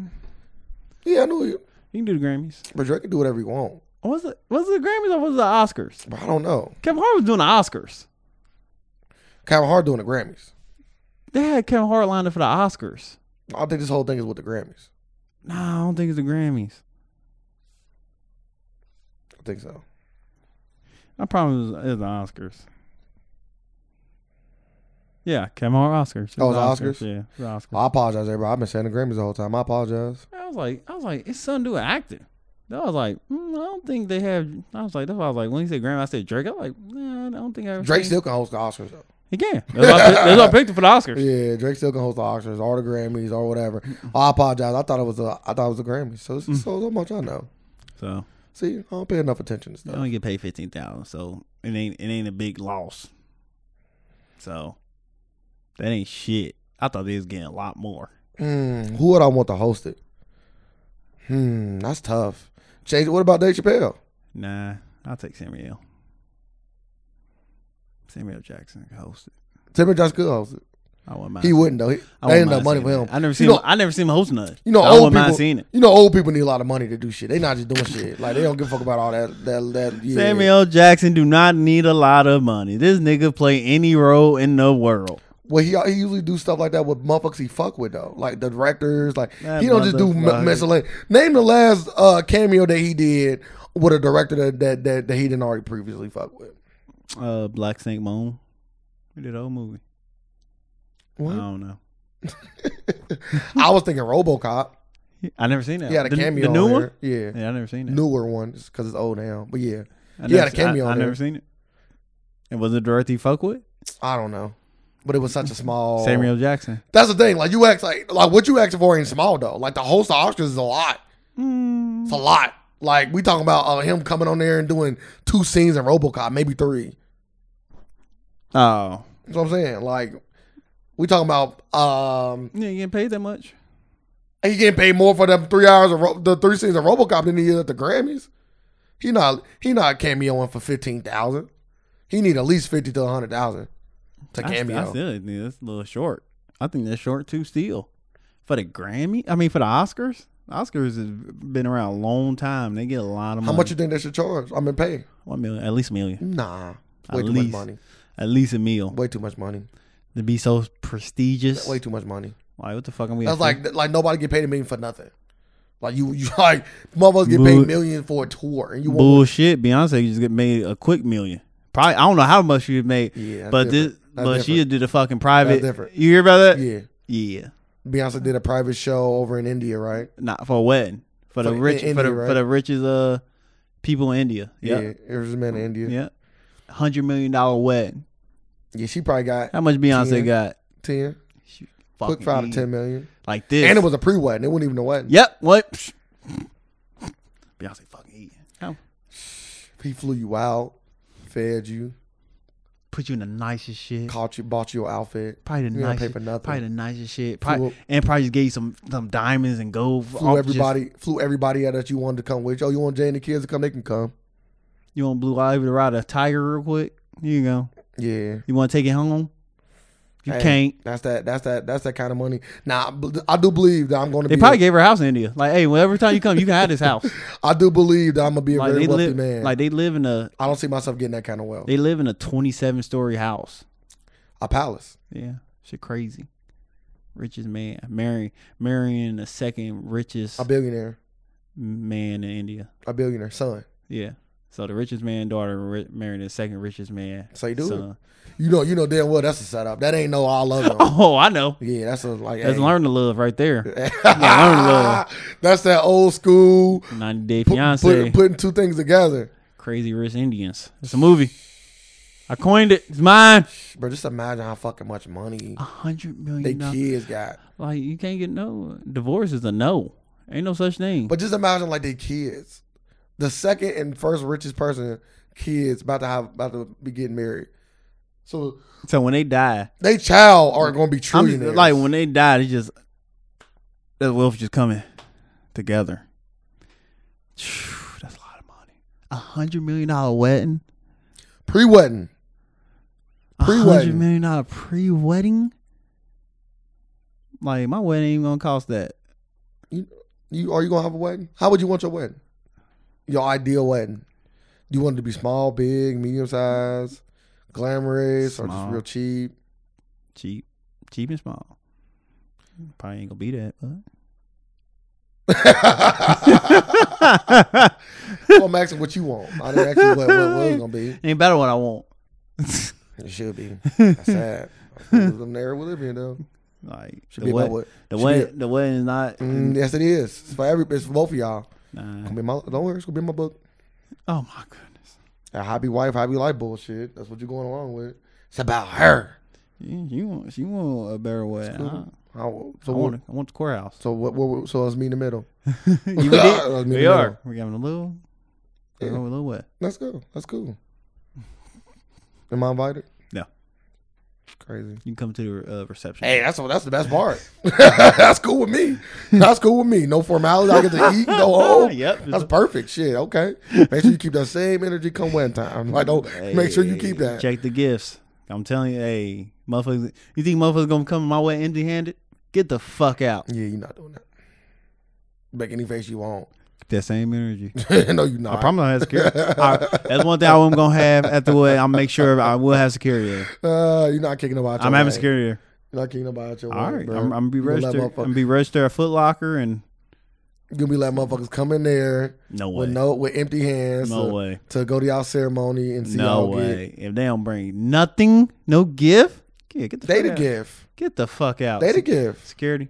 Speaker 2: Yeah, I knew you.
Speaker 1: He can do the Grammys.
Speaker 2: But Drake can do whatever he want.
Speaker 1: Was it was it the Grammys or was it the Oscars?
Speaker 2: But I don't know.
Speaker 1: Kevin Hart was doing the Oscars.
Speaker 2: Kevin Hart doing the Grammys.
Speaker 1: They had Kevin Hart lined up for the Oscars.
Speaker 2: I think this whole thing is with the Grammys.
Speaker 1: Nah, I don't think it's the Grammys.
Speaker 2: I think so.
Speaker 1: I promise it was, it was the Oscars. Yeah, Kevin Hart Oscars. It
Speaker 2: Oh,
Speaker 1: was
Speaker 2: the Oscars?
Speaker 1: Yeah, the Oscars.
Speaker 2: I apologize, everybody. I've been saying the Grammys the whole time. I apologize.
Speaker 1: I was like, I was like, it's son do an actor. Then I was like, mm, I don't think they have. I was like, that's why I was like, when he said Graham, I said Drake. I was like, nah, I don't think I ever.
Speaker 2: Drake
Speaker 1: seen-
Speaker 2: still can host the Oscars though.
Speaker 1: he can. That's why, I, picked- that's why I picked him for the Oscars.
Speaker 2: Yeah, Drake still can host the Oscars or the Grammys or whatever. I apologize. I thought it was a. I thought it was the Grammys. So
Speaker 1: Mm.
Speaker 2: it's so, so much I know.
Speaker 1: So
Speaker 2: See, I don't pay enough attention to
Speaker 1: I
Speaker 2: stuff.
Speaker 1: only get paid fifteen thousand, so it ain't it ain't a big loss. So that ain't shit. I thought they was getting a lot more.
Speaker 2: Hmm, who would I want to host it? Hmm, that's tough. Change. What about Dave Chappelle?
Speaker 1: Nah, I'll take Samuel. Samuel Jackson hosted.
Speaker 2: Timmy Josh could host it.
Speaker 1: I wouldn't mind.
Speaker 2: He wouldn't though. He,
Speaker 1: I
Speaker 2: they
Speaker 1: wouldn't
Speaker 2: ain't enough
Speaker 1: mind
Speaker 2: money
Speaker 1: seeing
Speaker 2: for him.
Speaker 1: it. I never
Speaker 2: You
Speaker 1: seen.
Speaker 2: know-
Speaker 1: him, I never seen him hosting nothing.
Speaker 2: You know,
Speaker 1: I
Speaker 2: old
Speaker 1: wouldn't mind
Speaker 2: people.
Speaker 1: seeing it.
Speaker 2: You know, old people need a lot of money to do shit. They not just doing shit. Like they don't give a fuck about all that. That that. Yeah.
Speaker 1: Samuel Jackson do not need a lot of money. This nigga play any role in the world.
Speaker 2: Well, he he usually do stuff like that with motherfuckers he fuck with though, like the directors. Like
Speaker 1: That
Speaker 2: he don't just do
Speaker 1: motherfucker.
Speaker 2: m- miscellaneous. Name the last uh, cameo that he did with a director that that that, that he didn't already previously fuck with.
Speaker 1: Uh, Black Snake Moan. We did a whole movie. I
Speaker 2: What?
Speaker 1: don't know.
Speaker 2: [LAUGHS] I was thinking RoboCop.
Speaker 1: I never seen that.
Speaker 2: He had a
Speaker 1: the,
Speaker 2: cameo.
Speaker 1: The new
Speaker 2: on
Speaker 1: one.
Speaker 2: there. Yeah.
Speaker 1: Yeah, I never seen that.
Speaker 2: newer one because it's old now. But yeah,
Speaker 1: I
Speaker 2: He had
Speaker 1: never-
Speaker 2: a cameo
Speaker 1: I, I
Speaker 2: on
Speaker 1: never
Speaker 2: there.
Speaker 1: seen it. And was it Dorothy Fuckwood?
Speaker 2: I don't know. But it was
Speaker 1: [LAUGHS]
Speaker 2: such a small.
Speaker 1: Samuel Jackson.
Speaker 2: That's the thing. Like you act like like what you acting for ain't small though. Like the host of Oscars is a lot.
Speaker 1: Mm.
Speaker 2: It's a lot. Like we talking about uh, him coming on there and doing two scenes in RoboCop, maybe three.
Speaker 1: Oh,
Speaker 2: That's what I'm saying. Like we talking about um
Speaker 1: you ain't getting paid that much.
Speaker 2: he getting paid more for them three hours of Ro- the three scenes of RoboCop than he is at the Grammys. He not he not cameoing for fifteen thousand. He need at least fifty to hundred thousand to
Speaker 1: I,
Speaker 2: cameo.
Speaker 1: I still think that's a little short. I think that's short too. Still, for the Grammy, I mean for the Oscars. Oscars has been around a long time. They get a lot of
Speaker 2: How
Speaker 1: money.
Speaker 2: much you think they should charge? I mean, pay.
Speaker 1: One million, at least a million,
Speaker 2: Nah,
Speaker 1: At
Speaker 2: way too
Speaker 1: least.
Speaker 2: much money.
Speaker 1: at least a meal
Speaker 2: Way too much money.
Speaker 1: to be so prestigious.
Speaker 2: Way too much money.
Speaker 1: Like what the fuck am we?
Speaker 2: That's
Speaker 1: afraid-
Speaker 2: like like nobody get paid a million for nothing. Like you, [LAUGHS] you like motherfuckers get
Speaker 1: Bull-
Speaker 2: paid million for a tour, and you want
Speaker 1: bullshit. Beyonce just get made a quick million. Probably I don't know how much she made,
Speaker 2: Yeah, that's
Speaker 1: but this,
Speaker 2: different. That's
Speaker 1: but she
Speaker 2: different.
Speaker 1: did a fucking private.
Speaker 2: That's different.
Speaker 1: You hear about that?
Speaker 2: yeah.
Speaker 1: Yeah.
Speaker 2: Beyonce did a private show over in India, right?
Speaker 1: not for a wedding for, the
Speaker 2: For
Speaker 1: rich
Speaker 2: in
Speaker 1: for the
Speaker 2: India,
Speaker 1: for
Speaker 2: right?
Speaker 1: the richest uh people in India. Yeah,
Speaker 2: Yeah, it was a man in India. Yeah.
Speaker 1: yeah, hundred million dollar wedding.
Speaker 2: she probably got
Speaker 1: How much Beyonce
Speaker 2: Ten.
Speaker 1: got?
Speaker 2: ten,
Speaker 1: She
Speaker 2: quick
Speaker 1: fucking
Speaker 2: five to
Speaker 1: eat.
Speaker 2: ten million,
Speaker 1: Like this,
Speaker 2: and it was a pre-wedding. It wasn't even a wedding.
Speaker 1: Yep. What? [LAUGHS] Beyonce fucking eat. How?
Speaker 2: He flew you out, fed you,
Speaker 1: Put you in the nicest shit.
Speaker 2: caught you, bought you an outfit.
Speaker 1: Probably the
Speaker 2: You gotta pay
Speaker 1: nicest.
Speaker 2: for nothing.
Speaker 1: Probably the nicest shit. Probably,
Speaker 2: up-
Speaker 1: and probably just gave you some some diamonds and gold. off
Speaker 2: Flew
Speaker 1: just-
Speaker 2: everybody, flew everybody out that you wanted to come with. Oh, you want Jay and the kids to come? They can come.
Speaker 1: you want Blue Ivy to ride a tiger real quick? Here you go.
Speaker 2: Yeah.
Speaker 1: You want to take it home? You
Speaker 2: Hey,
Speaker 1: can't.
Speaker 2: That's that. That's that. That's that kind of money. Now, I bel- I do believe that I'm going to
Speaker 1: They
Speaker 2: be.
Speaker 1: probably gave her a house in India. Like, hey, whenever time you come, you can have this
Speaker 2: [LAUGHS]
Speaker 1: house.
Speaker 2: I do believe that I'm gonna be a
Speaker 1: like
Speaker 2: very
Speaker 1: they
Speaker 2: wealthy
Speaker 1: live,
Speaker 2: man. Oh.
Speaker 1: like they live in a
Speaker 2: I don't see myself getting that kind of wealth.
Speaker 1: they live in a twenty seven story house.
Speaker 2: A palace.
Speaker 1: Yeah, shit, crazy. Richest man, marry marrying the second richest
Speaker 2: A billionaire.
Speaker 1: man in India.
Speaker 2: A billionaire son.
Speaker 1: Yeah, so the richest man daughter ri- marrying the second richest man.
Speaker 2: So you do it.
Speaker 1: son.
Speaker 2: You know. You know damn well that's a setup. That ain't no I
Speaker 1: [LAUGHS]
Speaker 2: love him.
Speaker 1: Oh, I know.
Speaker 2: yeah, that's a like.
Speaker 1: That's
Speaker 2: hey.
Speaker 1: learn to love right there. learn love.
Speaker 2: Ah, that's that old school
Speaker 1: Ninety Day
Speaker 2: put,
Speaker 1: Fiance,
Speaker 2: put, putting two things together.
Speaker 1: Crazy Rich Indians. It's a movie. I coined it. It's mine.
Speaker 2: Bro, just imagine how fucking much money
Speaker 1: A hundred
Speaker 2: they
Speaker 1: million. dollars.
Speaker 2: kids got.
Speaker 1: Like you can't get no divorce is a no. Ain't no such thing.
Speaker 2: But just imagine like they kids. The second and first richest person kids about to have about to be getting married. So
Speaker 1: so when they die,
Speaker 2: they child are gonna be
Speaker 1: I'm
Speaker 2: trillionaires.
Speaker 1: like when they died, it's just that wealth just coming together. Phew, That's a lot of money. A hundred million dollar wedding.
Speaker 2: pre wedding.
Speaker 1: A hundred
Speaker 2: Pre-wedding.
Speaker 1: million dollar pre wedding. Like my wedding ain't gonna cost that.
Speaker 2: You are you gonna have a wedding? How would you want your wedding? Your ideal wedding. Do you want it to be small, big, medium size, glamorous, or
Speaker 1: Small.
Speaker 2: just real cheap?
Speaker 1: [LAUGHS]
Speaker 2: [LAUGHS]
Speaker 1: Cheap, cheap and small. Probably ain't gonna be that. But.
Speaker 2: well, I'm asking what you want. I didn't ask you what, what, what it's gonna be.
Speaker 1: [LAUGHS] ain't better what I want.
Speaker 2: It should be. [LAUGHS] That's sad. I'm there with living though.
Speaker 1: [LAUGHS] like
Speaker 2: Should
Speaker 1: the,
Speaker 2: be about
Speaker 1: wed-
Speaker 2: what.
Speaker 1: the
Speaker 2: should
Speaker 1: wedding, the wedding is not.
Speaker 2: Mm, yes, it is. It's for every. It's for both of y'all.
Speaker 1: Nah.
Speaker 2: Gonna be my, don't worry, it's gonna be in my book.
Speaker 1: Oh my goodness.
Speaker 2: That happy wife, happy life bullshit. That's what you're going along with. It's about her.
Speaker 1: You, you want you want a better way. I,
Speaker 2: cool. I, will- so
Speaker 1: I
Speaker 2: what,
Speaker 1: want I want the
Speaker 2: [LAUGHS]
Speaker 1: courthouse.
Speaker 2: so what, what? So it's me in the middle.
Speaker 1: You
Speaker 2: I
Speaker 1: we
Speaker 2: [LAUGHS]
Speaker 1: did.
Speaker 2: was
Speaker 1: we
Speaker 2: meaning no.
Speaker 1: are. We're having a little, we're
Speaker 2: Yeah.
Speaker 1: going a little way.
Speaker 2: Let's go. That's cool. Am I invited?
Speaker 1: No.
Speaker 2: Crazy.
Speaker 1: You can come to the uh, reception. [LAUGHS]
Speaker 2: Hey, that's that's the best part. that's cool with me. That's cool with me. No formality. I get to
Speaker 1: [LAUGHS]
Speaker 2: eat, go home.
Speaker 1: Yep.
Speaker 2: That's perfect. Shit. Okay. [LAUGHS] Make sure you keep that same energy come wedding time. Like, don't make sure you
Speaker 1: Hey,
Speaker 2: keep that.
Speaker 1: Check the gifts. I'm telling you, hey, motherfuckers, you think motherfuckers gonna come my way empty handed? Get the fuck out.
Speaker 2: Yeah, you're not doing that. Make any face you want. [LAUGHS]
Speaker 1: That same energy.
Speaker 2: no, you're not.
Speaker 1: I promise I have
Speaker 2: [LAUGHS]
Speaker 1: security. I, that's one thing I am gonna have at the way. I'll make sure I will have
Speaker 2: [LAUGHS]
Speaker 1: security.
Speaker 2: Uh, you're not kicking about. Your
Speaker 1: I'm having
Speaker 2: way.
Speaker 1: security.
Speaker 2: You're not kicking about your.
Speaker 1: All
Speaker 2: way,
Speaker 1: right,
Speaker 2: bro.
Speaker 1: I'm, I'm gonna be
Speaker 2: You gonna let
Speaker 1: registered. I'm
Speaker 2: motherfuck-
Speaker 1: gonna be registered at Foot Locker and
Speaker 2: You gonna be letting motherfuckers come in there
Speaker 1: no way,
Speaker 2: with
Speaker 1: no,
Speaker 2: no with empty hands. to,
Speaker 1: way,
Speaker 2: to go to y'all ceremony and see
Speaker 1: no
Speaker 2: y'all get.
Speaker 1: way. If they don't bring nothing, no gift, yeah, get the
Speaker 2: They
Speaker 1: fuck
Speaker 2: the
Speaker 1: out.
Speaker 2: gift.
Speaker 1: Get the fuck out.
Speaker 2: They the gift.
Speaker 1: security.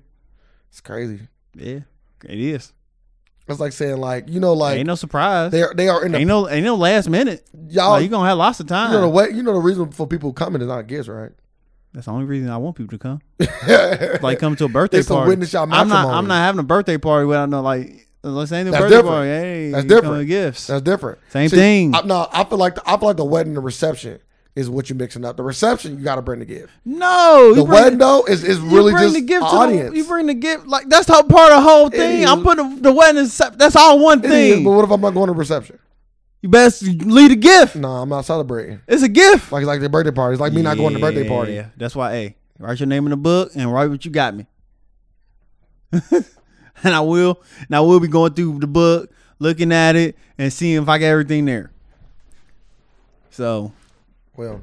Speaker 2: It's crazy.
Speaker 1: Yeah, it is.
Speaker 2: It's like saying like you know like
Speaker 1: ain't no surprise.
Speaker 2: they are they are in the
Speaker 1: Ain't no ain't no last minute.
Speaker 2: y'all.
Speaker 1: Like, you gonna have lots of
Speaker 2: Oh. you
Speaker 1: time.
Speaker 2: know the way you know the reason for people coming is not gifts, right? [LAUGHS]
Speaker 1: That's the only reason I want people to come. Like come to a birthday
Speaker 2: [LAUGHS] It's to
Speaker 1: party.
Speaker 2: witness y'all
Speaker 1: I'm not.
Speaker 2: matrimony.
Speaker 1: I'm not having a birthday party without no like. Unless ain't no
Speaker 2: That's
Speaker 1: birthday
Speaker 2: different.
Speaker 1: party. Hey,
Speaker 2: That's
Speaker 1: you come
Speaker 2: different.
Speaker 1: with gifts.
Speaker 2: That's different.
Speaker 1: Same thing.
Speaker 2: I, no, I feel like the, I feel like the wedding and the reception is what you're mixing up. The reception you got to bring the gift.
Speaker 1: no, you
Speaker 2: The
Speaker 1: bring-
Speaker 2: wedding though is is
Speaker 1: you
Speaker 2: really
Speaker 1: bring
Speaker 2: just
Speaker 1: the gift to the-
Speaker 2: audience.
Speaker 1: you bring the gift like that's how part of the whole thing. I'm
Speaker 2: is.
Speaker 1: putting the wedding. is sep- That's all one
Speaker 2: It is,
Speaker 1: thing.
Speaker 2: but what if I'm not going to reception?
Speaker 1: you best lead a gift.
Speaker 2: No, I'm not celebrating.
Speaker 1: It's a gift.
Speaker 2: Like it's like the birthday party. It's like me not going to the birthday party.
Speaker 1: Yeah, That's why. Hey, write your name in the book and write what you got me. [LAUGHS] and I will. And I will be going through the book, looking at it, and seeing if I got everything there. So
Speaker 2: Well,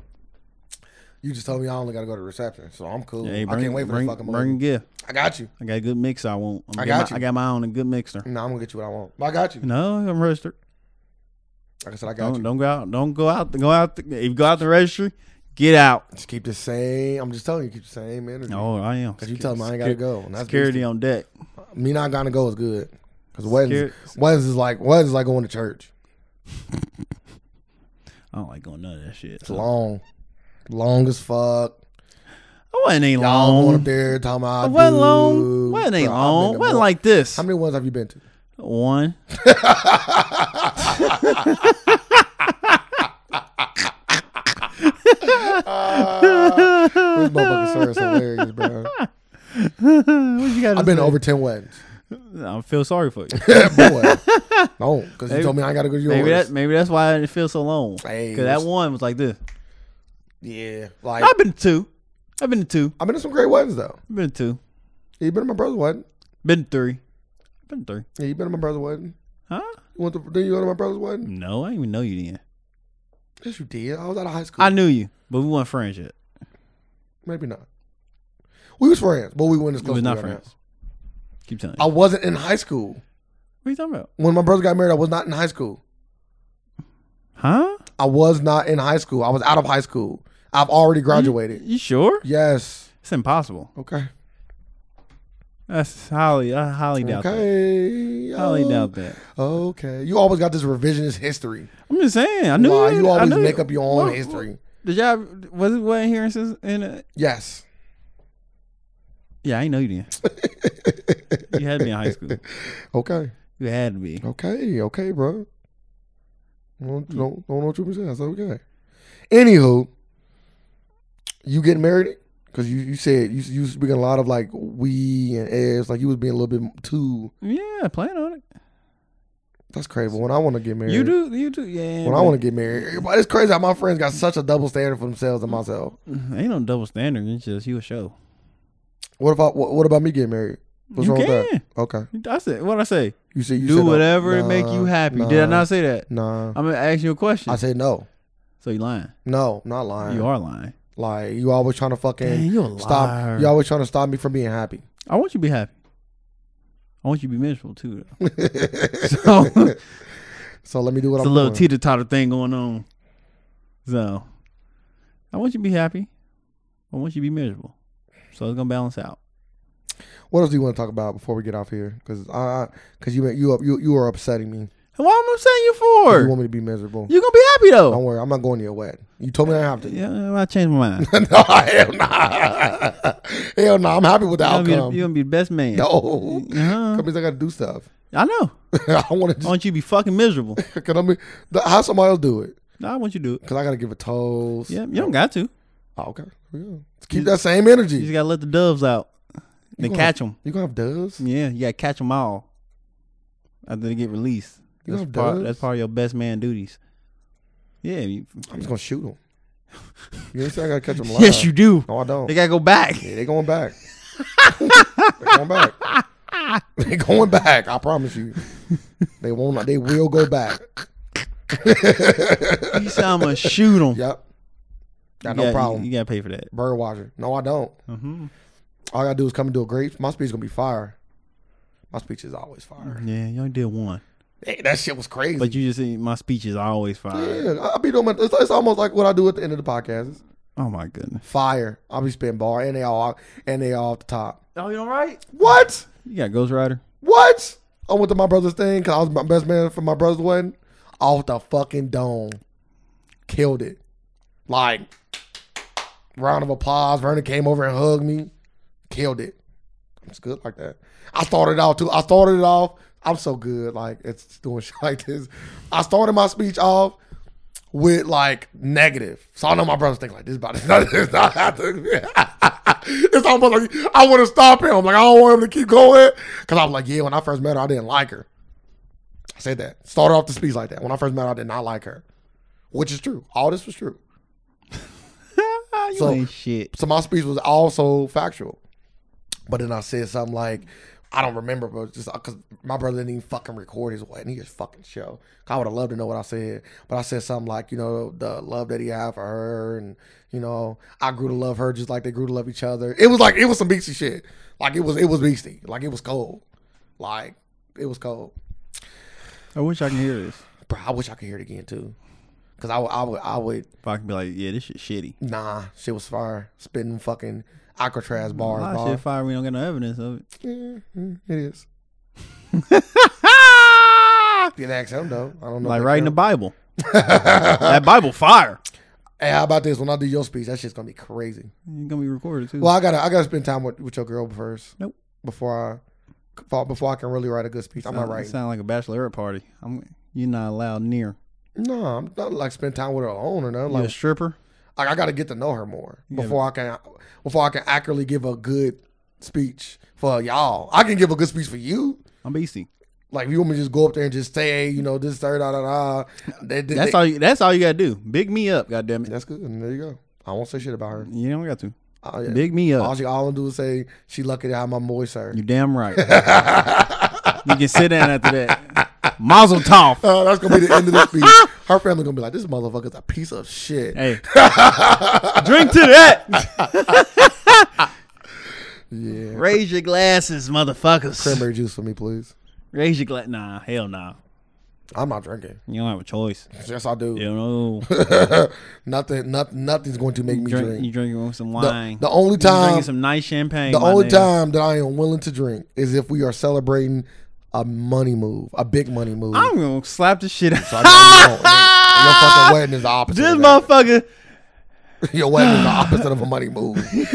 Speaker 2: you just told me I only got to go to reception, so I'm cool.
Speaker 1: yeah, hey,
Speaker 2: I
Speaker 1: bring,
Speaker 2: can't wait for
Speaker 1: bring,
Speaker 2: the fucking
Speaker 1: bring a
Speaker 2: movie.
Speaker 1: gift.
Speaker 2: I got you.
Speaker 1: I got a good mixer. I want. I'm
Speaker 2: I
Speaker 1: getting my-
Speaker 2: got you. Mm.
Speaker 1: I got my own a good mixer.
Speaker 2: No, I'm gonna get you what I want. But I got you.
Speaker 1: No, I'm registered.
Speaker 2: Like I said, I got
Speaker 1: Don't,
Speaker 2: you.
Speaker 1: don't go out. Don't go out. Go out. The, if you go out the registry, get out.
Speaker 2: Just keep the same. I'm just telling you, keep the same energy.
Speaker 1: Oh, I am.
Speaker 2: Mm. Cause you tell me I ain't gotta go. And that's
Speaker 1: Security on deck.
Speaker 2: beastie. Me not gonna go is good. Cause weddings,
Speaker 1: Security-
Speaker 2: weddings is like weddings is like going to church.
Speaker 1: I don't like going none of that shit.
Speaker 2: It's long, long as fuck.
Speaker 1: I wasn't any
Speaker 2: Y'all
Speaker 1: long.
Speaker 2: going up there talking about. I
Speaker 1: It wasn't
Speaker 2: do.
Speaker 1: long. Wasn't ain't
Speaker 2: Bro, I've been
Speaker 1: long.
Speaker 2: to
Speaker 1: Wasn't
Speaker 2: more-
Speaker 1: like this.
Speaker 2: How many ones have you been to?
Speaker 1: One.
Speaker 2: This motherfucker sir is
Speaker 1: [LAUGHS]
Speaker 2: hilarious, bro.
Speaker 1: What you got?
Speaker 2: I've been to over ten weddings.
Speaker 1: I feel sorry for [LAUGHS] you.
Speaker 2: [LAUGHS] boy. No, because you
Speaker 1: Maybe-
Speaker 2: told me I ain't gotta go to yours.
Speaker 1: maybe that. Maybe that's why it feels so long.
Speaker 2: Hey,
Speaker 1: Because that
Speaker 2: it's-
Speaker 1: one was like this.
Speaker 2: yeah, like
Speaker 1: I've been to two. I've been to two.
Speaker 2: I've been to some great weddings though.
Speaker 1: I've been to two.
Speaker 2: Yeah, you been to my brother's wedding.
Speaker 1: Been to three. Been to three.
Speaker 2: Yeah, you been to my brother's wedding.
Speaker 1: Huh?
Speaker 2: You went to didn't you go to my brother's wedding?
Speaker 1: No, I didn't even know you then.
Speaker 2: Yes, you did. I was out of high school.
Speaker 1: I knew you, but we weren't friends yet.
Speaker 2: Maybe not. We was friends, but we went as
Speaker 1: We
Speaker 2: close.
Speaker 1: was
Speaker 2: as
Speaker 1: not
Speaker 2: are
Speaker 1: friends. Keep telling
Speaker 2: now. I
Speaker 1: you.
Speaker 2: wasn't in high school
Speaker 1: What are you talking about?
Speaker 2: when my brother got married. I was not in high school.
Speaker 1: Huh?
Speaker 2: I was not in high school. I was out of high school. I've already graduated.
Speaker 1: You sure?
Speaker 2: Yes.
Speaker 1: It's impossible.
Speaker 2: Okay.
Speaker 1: That's highly, I highly doubt that.
Speaker 2: Okay.
Speaker 1: Highly
Speaker 2: Oh,
Speaker 1: doubt that.
Speaker 2: Okay. You always got this revisionist history.
Speaker 1: I'm just saying. I knew
Speaker 2: Why you
Speaker 1: I
Speaker 2: always
Speaker 1: knew
Speaker 2: make
Speaker 1: you-
Speaker 2: up your own
Speaker 1: Well,
Speaker 2: history?
Speaker 1: Did y'all was it wasn't here since in uh, a,
Speaker 2: Yes. [LAUGHS]
Speaker 1: Yeah, I ain't know you then. you had to be in high school.
Speaker 2: Okay.
Speaker 1: You had to be.
Speaker 2: Okay. Okay, bro. Don't
Speaker 1: Hmm.
Speaker 2: don't, don't know what you been saying. That's okay. Anywho, you getting married because you you said you you speaking a lot of like we and es like you was being a little bit too.
Speaker 1: Yeah, plan on it.
Speaker 2: That's crazy. But when I want to get married,
Speaker 1: You do you do yeah.
Speaker 2: When I want to get married, everybody, it's crazy how my friends got such a double standard for themselves
Speaker 1: Hmm.
Speaker 2: and myself.
Speaker 1: to ain't no double standard, it's just you a show.
Speaker 2: What about what, what about me getting married? What's
Speaker 1: you
Speaker 2: wrong
Speaker 1: can.
Speaker 2: with that? Okay,
Speaker 1: That's it. What I say.
Speaker 2: you see, you
Speaker 1: do
Speaker 2: said, no.
Speaker 1: whatever it make you
Speaker 2: Nah,
Speaker 1: happy. Did I
Speaker 2: nah,
Speaker 1: not say that?
Speaker 2: Nah,
Speaker 1: I'm gonna ask you a question.
Speaker 2: I said no.
Speaker 1: so you lying.
Speaker 2: No, not lying.
Speaker 1: You are lying.
Speaker 2: Like you always trying to
Speaker 1: Dang,
Speaker 2: fucking
Speaker 1: you a
Speaker 2: stop.
Speaker 1: liar.
Speaker 2: You always trying to stop me from
Speaker 1: [LAUGHS]
Speaker 2: being happy.
Speaker 1: I want you to be happy. I want you to be miserable too
Speaker 2: [LAUGHS]
Speaker 1: though. so it's
Speaker 2: so let me do what
Speaker 1: a
Speaker 2: I'm
Speaker 1: little
Speaker 2: doing.
Speaker 1: teeter totter thing going on. So I want you to be happy. I want you to be miserable. So it's gonna balance out.
Speaker 2: what else do you want to talk about before we get off here? Because I, because you you up- you you are upsetting me.
Speaker 1: And Why am I saying you
Speaker 2: 'Cause
Speaker 1: for?
Speaker 2: You want me to be miserable?
Speaker 1: You're gonna be happy
Speaker 2: Don't
Speaker 1: though.
Speaker 2: worry, I'm not going to your wedding. You told me I have to. [LAUGHS]
Speaker 1: Yeah, I changed my mind.
Speaker 2: no,
Speaker 1: [LAUGHS]
Speaker 2: hell nah. hell nah. I'm happy with [LAUGHS] the
Speaker 1: You're gonna,
Speaker 2: outcome.
Speaker 1: be, you're gonna be the best man.
Speaker 2: no.
Speaker 1: Uh-huh.
Speaker 2: That means I got to do stuff. [LAUGHS]
Speaker 1: I know.
Speaker 2: I want
Speaker 1: I
Speaker 2: to just.
Speaker 1: want you to be fucking
Speaker 2: [LAUGHS]
Speaker 1: miserable.
Speaker 2: Can I mean, th- how somebody else do it?
Speaker 1: No, I want you to do it.
Speaker 2: Because I got to give a toast.
Speaker 1: Yeah, you don't got to.
Speaker 2: Oh, okay. Yeah. Keep that same energy.
Speaker 1: You just gotta let the doves out. Then
Speaker 2: gonna-
Speaker 1: catch them.
Speaker 2: You gonna have doves?
Speaker 1: Yeah, you gotta catch them all after they get released.
Speaker 2: You
Speaker 1: That's
Speaker 2: have
Speaker 1: part.
Speaker 2: doves?
Speaker 1: That's part of your best man duties. Yeah, you,
Speaker 2: I'm just gonna shoot them. You ain't say I gotta catch them
Speaker 1: [LAUGHS]
Speaker 2: live.
Speaker 1: Yes, you do.
Speaker 2: No, I don't.
Speaker 1: They gotta go
Speaker 2: [LAUGHS]
Speaker 1: back.
Speaker 2: Yeah, they going back. they
Speaker 1: [LAUGHS]
Speaker 2: going back. they going back. I promise you. They won't. not- They will go back.
Speaker 1: You said I'm gonna shoot them.
Speaker 2: Yep. Got no problem.
Speaker 1: You gotta pay for that.
Speaker 2: Bird watcher. No, I don't.
Speaker 1: hmm
Speaker 2: All I gotta do is come and do a great. My speech is gonna be fire. My speech is always fire.
Speaker 1: Yeah, you only did one,
Speaker 2: Hey, that shit was crazy.
Speaker 1: but you just see my speech is always fire.
Speaker 2: yeah, I- I be doing. My, it's, it's almost like what I do at the end of the podcast. It's
Speaker 1: Oh my goodness.
Speaker 2: fire. I'll be spitting bar, and they all and they all off the top.
Speaker 1: Oh, you all right?
Speaker 2: What?
Speaker 1: You got Ghost [LAUGHS] Rider?
Speaker 2: What? I went to my brother's thing because I was my best man for my brother's wedding. Off the fucking dome. Killed it. Like, round of applause. Vernon came over and hugged me. Killed it. I'm just good like that. I started out too. I started it off. I'm so good. Like, it's doing [LAUGHS] shit like this. I started my speech off with like negative. So I know my brother's thinking like [LAUGHS] this about not it's not happening. [LAUGHS] it's almost like I want to stop him. Like I don't want him to keep going. Cause I was like, yeah, when I first met her, I didn't like her. I said that. Started off the speech like that. When I first met her, I did not like her. Which is true. All this was true.
Speaker 1: you
Speaker 2: So-
Speaker 1: ain't shit.
Speaker 2: So my speech was also factual. But then I said something like, I don't remember, but just because my brother didn't even fucking record his wedding. He just fucking show. I would have loved to know what I said. But I said something like, you know, the love that he had for her. And, you know, I grew to love her just like they grew to love each other. It was like, it was some beastie shit. Like it was, it was beastie. Like it was cold. Like it was cold.
Speaker 1: I wish I could hear this.
Speaker 2: Bro, I wish I could hear it again too. Cause I would, I would, I would,
Speaker 1: If I could be like, yeah, this shit shitty.
Speaker 2: nah, shit was fire. Spitting fucking Alcatraz
Speaker 1: A
Speaker 2: bars.
Speaker 1: lot of
Speaker 2: dog.
Speaker 1: shit fire. We don't get no evidence of [LAUGHS] it.
Speaker 2: Yeah, mm, it is. You can ask him though. I don't know.
Speaker 1: like
Speaker 2: if they
Speaker 1: writing the
Speaker 2: care.
Speaker 1: Bible. that Bible fire.
Speaker 2: Hey, how about this? When I do your speech, that shit's gonna be crazy.
Speaker 1: It's gonna be recorded too.
Speaker 2: Well, I gotta, I gotta spend time with, with your girl first.
Speaker 1: Nope.
Speaker 2: Before I, before- before I can really write a good speech, I'm not
Speaker 1: Sound-
Speaker 2: writing.
Speaker 1: Sound like a bachelorette party. I'm. You're not allowed near.
Speaker 2: No, I'm not like spend time with her alone or nothing.
Speaker 1: You a
Speaker 2: Like,
Speaker 1: stripper?
Speaker 2: like, I gotta get to know her more
Speaker 1: gotta-
Speaker 2: before I can, before I can accurately give a good speech for y'all. I can give a good speech for you.
Speaker 1: I'm BC.
Speaker 2: Like, if you want me to just go up there and just say, hey, you know, this, third, da, da, da. They- they-
Speaker 1: That's
Speaker 2: they-
Speaker 1: all. You, that's all you gotta do. Big me up. God damn it.
Speaker 2: That's good. And there you go. I won't say shit about her.
Speaker 1: You don't got to.
Speaker 2: Oh, yeah.
Speaker 1: Big me up.
Speaker 2: All she all I do is say she lucky to have my boy, sir.
Speaker 1: You damn right. you can sit down after that. Mazel tov.
Speaker 2: Uh, that's gonna be the end of this
Speaker 1: [LAUGHS]
Speaker 2: speech. Her family gonna be like, this motherfucker's a piece of shit.
Speaker 1: Hey, drink to that.
Speaker 2: Yeah.
Speaker 1: Raise your glasses, motherfuckers.
Speaker 2: Cranberry juice for me, please.
Speaker 1: Raise your glass. Nah, hell nah.
Speaker 2: I'm not drinking.
Speaker 1: You don't have a choice.
Speaker 2: Yes, I do.
Speaker 1: You
Speaker 2: [LAUGHS]
Speaker 1: know,
Speaker 2: Nothing, not, nothing's going to make me drink.
Speaker 1: drink, you drinking some
Speaker 2: the,
Speaker 1: wine.
Speaker 2: the only
Speaker 1: you
Speaker 2: time,
Speaker 1: drinking some nice champagne.
Speaker 2: the
Speaker 1: my
Speaker 2: only
Speaker 1: nigga.
Speaker 2: time that I am willing to drink is if we are celebrating a money move, a big money move.
Speaker 1: I'm gonna slap the shit out.
Speaker 2: I know you don't. And [LAUGHS] your fucking wedding is the opposite.
Speaker 1: this
Speaker 2: of that.
Speaker 1: motherfucker.
Speaker 2: [LAUGHS] Your wedding is the opposite of a
Speaker 1: [LAUGHS]
Speaker 2: money move. [LAUGHS]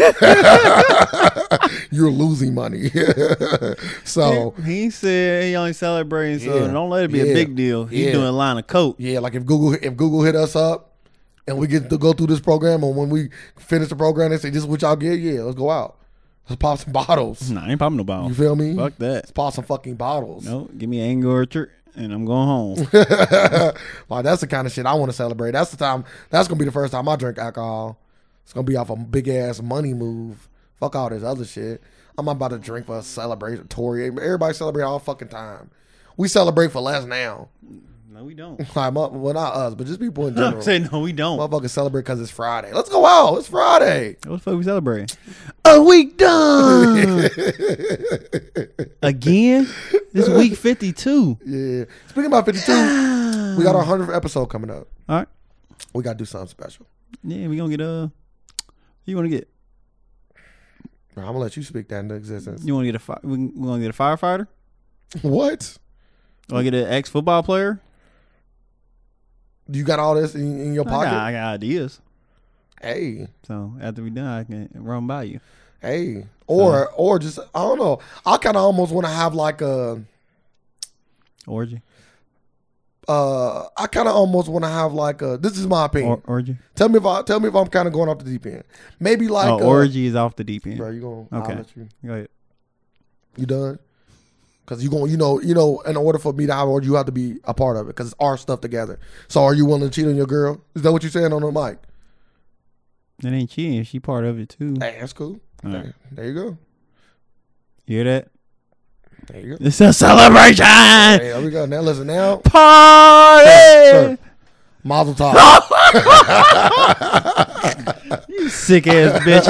Speaker 2: You're losing money. [LAUGHS] so
Speaker 1: He said he only celebrating, so
Speaker 2: Oh. Yeah.
Speaker 1: don't let it be
Speaker 2: Yeah.
Speaker 1: a big deal. He
Speaker 2: Yeah.
Speaker 1: doing a line of coke.
Speaker 2: yeah, like if Google if Google hit us up and we get to go through this program, or when we finish the program, they say this is what y'all get. Yeah, let's go out. Let's pop some
Speaker 1: [LAUGHS]
Speaker 2: bottles.
Speaker 1: Nah, I ain't popping no
Speaker 2: You
Speaker 1: bottle.
Speaker 2: feel me?
Speaker 1: Fuck that.
Speaker 2: Let's pop some fucking bottles.
Speaker 1: No, give me an Angry Orchard and I'm going
Speaker 2: [LAUGHS]
Speaker 1: home.
Speaker 2: like that's the kind of shit I want to celebrate. That's the time. That's gonna be the first time I drink alcohol. It's gonna be off a big ass money move. Fuck all this other shit. I'm not about to drink for a celebration. Tory, everybody celebrate all fucking time. We celebrate for less now.
Speaker 1: no, we
Speaker 2: [LAUGHS]
Speaker 1: don't. [LAUGHS]
Speaker 2: Climb up. Well, not us, but just people in general.
Speaker 1: I'm saying no, we don't.
Speaker 2: Motherfuckers celebrate because it's Friday. Let's go out. It's Friday. [LAUGHS]
Speaker 1: What the fuck we celebrating? A week [LAUGHS] done again. This is week fifty two.
Speaker 2: Yeah. Speaking about 52, we got our 100th episode coming up.
Speaker 1: All right.
Speaker 2: We got to do something special.
Speaker 1: Yeah, we gonna get a. You wanna get?
Speaker 2: I'm going to let you speak that into existence.
Speaker 1: You wanna get a? Fi- we we gonna get a firefighter?
Speaker 2: What?
Speaker 1: Wanna get an ex football player?
Speaker 2: You got all this in, in your
Speaker 1: I got,
Speaker 2: pocket?
Speaker 1: I got ideas.
Speaker 2: Hey.
Speaker 1: So after we done, I can run by you.
Speaker 2: Hey, or or just I don't know. I kind of almost want to have like a.
Speaker 1: Orgy.
Speaker 2: Uh, I kind of almost want to have like a. This is my opinion.
Speaker 1: Or, orgy.
Speaker 2: tell me if I tell me if I'm kind of going off the deep end. Maybe like
Speaker 1: oh,
Speaker 2: uh,
Speaker 1: orgy is off the deep end.
Speaker 2: Bro, you gonna?
Speaker 1: Okay.
Speaker 2: I'll let you.
Speaker 1: Go ahead.
Speaker 2: You done? Because you going, you know, you know. In order for me to have orgy, you have to be a part of it because it's our stuff together. So, are you willing to cheat on your girl? Is that what you're saying on the mic?
Speaker 1: That ain't cheating. She part of it too.
Speaker 2: Hey, that's cool.
Speaker 1: All right.
Speaker 2: There- There you go.
Speaker 1: You hear that?
Speaker 2: There you go.
Speaker 1: It's a celebration
Speaker 2: Hey, there we go. Now listen. Now
Speaker 1: party.
Speaker 2: Sir, Mazel tov.
Speaker 1: [LAUGHS] You sick
Speaker 2: [LAUGHS]
Speaker 1: ass bitch.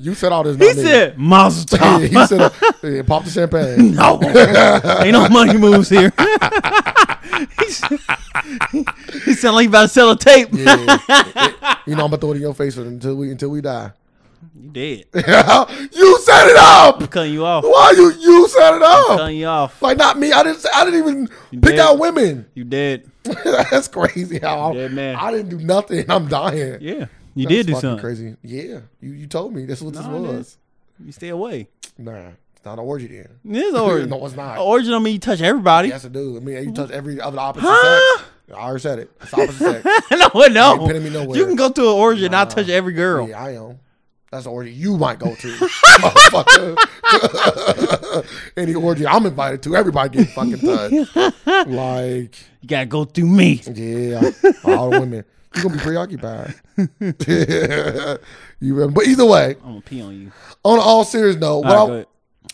Speaker 2: You said all this.
Speaker 1: he
Speaker 2: not me.
Speaker 1: said Mazel
Speaker 2: [LAUGHS] Yeah,
Speaker 1: Tov.
Speaker 2: he said, uh, yeah, "Pop
Speaker 1: [LAUGHS]
Speaker 2: the champagne."
Speaker 1: No, ain't no money moves here. [LAUGHS] he said- he sound like he about to sell a tape.
Speaker 2: Yeah. you know I'm gonna throw it in your face until we until we die.
Speaker 1: [LAUGHS]
Speaker 2: [LAUGHS]
Speaker 1: You dead.
Speaker 2: you set it
Speaker 1: I'm
Speaker 2: up.
Speaker 1: cutting you off.
Speaker 2: Why you you set it up?
Speaker 1: Cutting you off.
Speaker 2: Like not me. I didn't. say- I didn't even pick
Speaker 1: did.
Speaker 2: out women.
Speaker 1: You dead.
Speaker 2: [LAUGHS] That's crazy. How
Speaker 1: Dead
Speaker 2: I,
Speaker 1: man.
Speaker 2: I didn't do nothing. I'm dying.
Speaker 1: Yeah, you did
Speaker 2: That's
Speaker 1: do
Speaker 2: fucking
Speaker 1: something.
Speaker 2: crazy. Yeah, you you told me this is what this
Speaker 1: Nah, it
Speaker 2: was.
Speaker 1: is. You stay
Speaker 2: [LAUGHS]
Speaker 1: away.
Speaker 2: Nah, it's not an orgy
Speaker 1: [LAUGHS]
Speaker 2: then.
Speaker 1: It is origin.
Speaker 2: [LAUGHS] no, it's not.
Speaker 1: Origin don't mean you touch everybody.
Speaker 2: Yes, it do. I mean, you touch every other opposite
Speaker 1: Huh?
Speaker 2: sex. I already said it. It's opposite sex.
Speaker 1: [LAUGHS] no, no.
Speaker 2: Ain't pinning me nowhere.
Speaker 1: You can go to an origin and not touch every [LAUGHS] girl.
Speaker 2: Yeah, I am. That's the orgy you might go to, [LAUGHS] motherfucker. [LAUGHS] Any orgy I'm invited to, everybody get
Speaker 1: [LAUGHS]
Speaker 2: fucking touched. like,
Speaker 1: You gotta go through me.
Speaker 2: yeah, all the women. You're gonna
Speaker 1: [LAUGHS]
Speaker 2: be preoccupied. [LAUGHS] you, remember- but either way,
Speaker 1: I'm gonna pee on you.
Speaker 2: on all serious note, what,
Speaker 1: All
Speaker 2: I,
Speaker 1: right,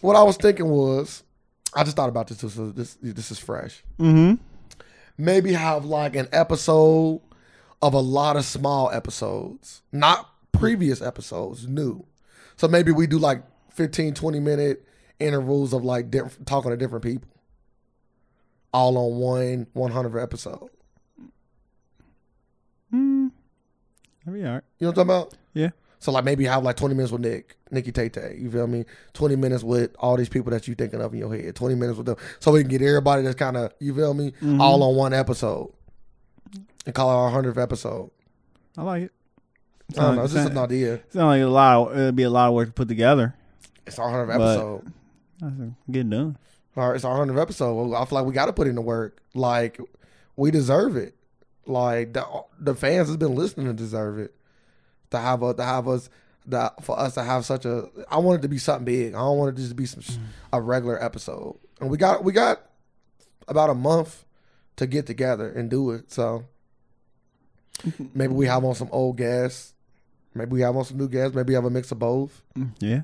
Speaker 2: what I was thinking was, I just thought about this. So this this is fresh.
Speaker 1: Mm-hmm.
Speaker 2: Maybe have like an episode of a lot of small episodes, not previous episodes, new. So maybe we do like 15, 20 minute intervals of like diff- talking to different people, all on one 100 episode.
Speaker 1: Mm. That'd be all right.
Speaker 2: You know what I'm talking about?
Speaker 1: Yeah.
Speaker 2: So like maybe have like 20 minutes with Nick, Nikki Tate. You feel me? 20 minutes with all these people that you thinking of in your head. 20 minutes with them, so we can get everybody that's kind of you feel me
Speaker 1: Mhm.
Speaker 2: all on one episode, and call it our hundredth episode.
Speaker 1: I like it.
Speaker 2: I don't know. It's
Speaker 1: Sound-
Speaker 2: just an idea.
Speaker 1: sound like a lot. Of, it'd be a lot of work to put together.
Speaker 2: It's our hundredth
Speaker 1: But-
Speaker 2: episode.
Speaker 1: That's a good done.
Speaker 2: All right, it's our hundredth episode. Well, I feel like we got to put in the work. Like we deserve it. Like the, the fans has been listening to deserve it. To have us, to have us, the, for us to have such a. I want it to be something big. I don't want it to just be some sh- a regular episode. And we got we got about a month to get together and do it. So maybe we have on some old guests. Maybe we have on some new guests. Maybe we have a mix of both.
Speaker 1: Yeah.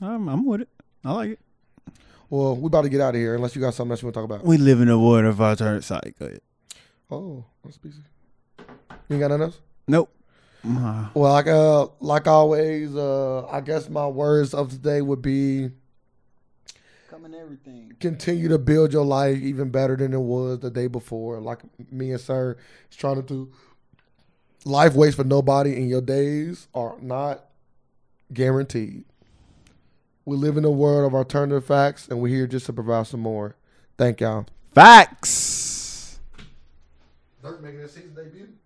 Speaker 1: I'm, I'm with it. I like it.
Speaker 2: Well, we about to get out of here unless you got something else you want to talk about.
Speaker 1: We live in a world of alternate side. Go ahead.
Speaker 2: Oh, that's busy. You ain't got nothing else?
Speaker 1: Nope. Uh,
Speaker 2: Well, like uh, like always, uh, I guess my words of today would be
Speaker 1: Coming everything.
Speaker 2: continue to build your life even better than it was the day before. Like me and Sir is trying to do. Life waits for nobody, and your days are not guaranteed. We live in a world of alternative facts, and we're here just to provide some more. Thank y'all.
Speaker 1: Facts.
Speaker 2: Dirk making his season debut.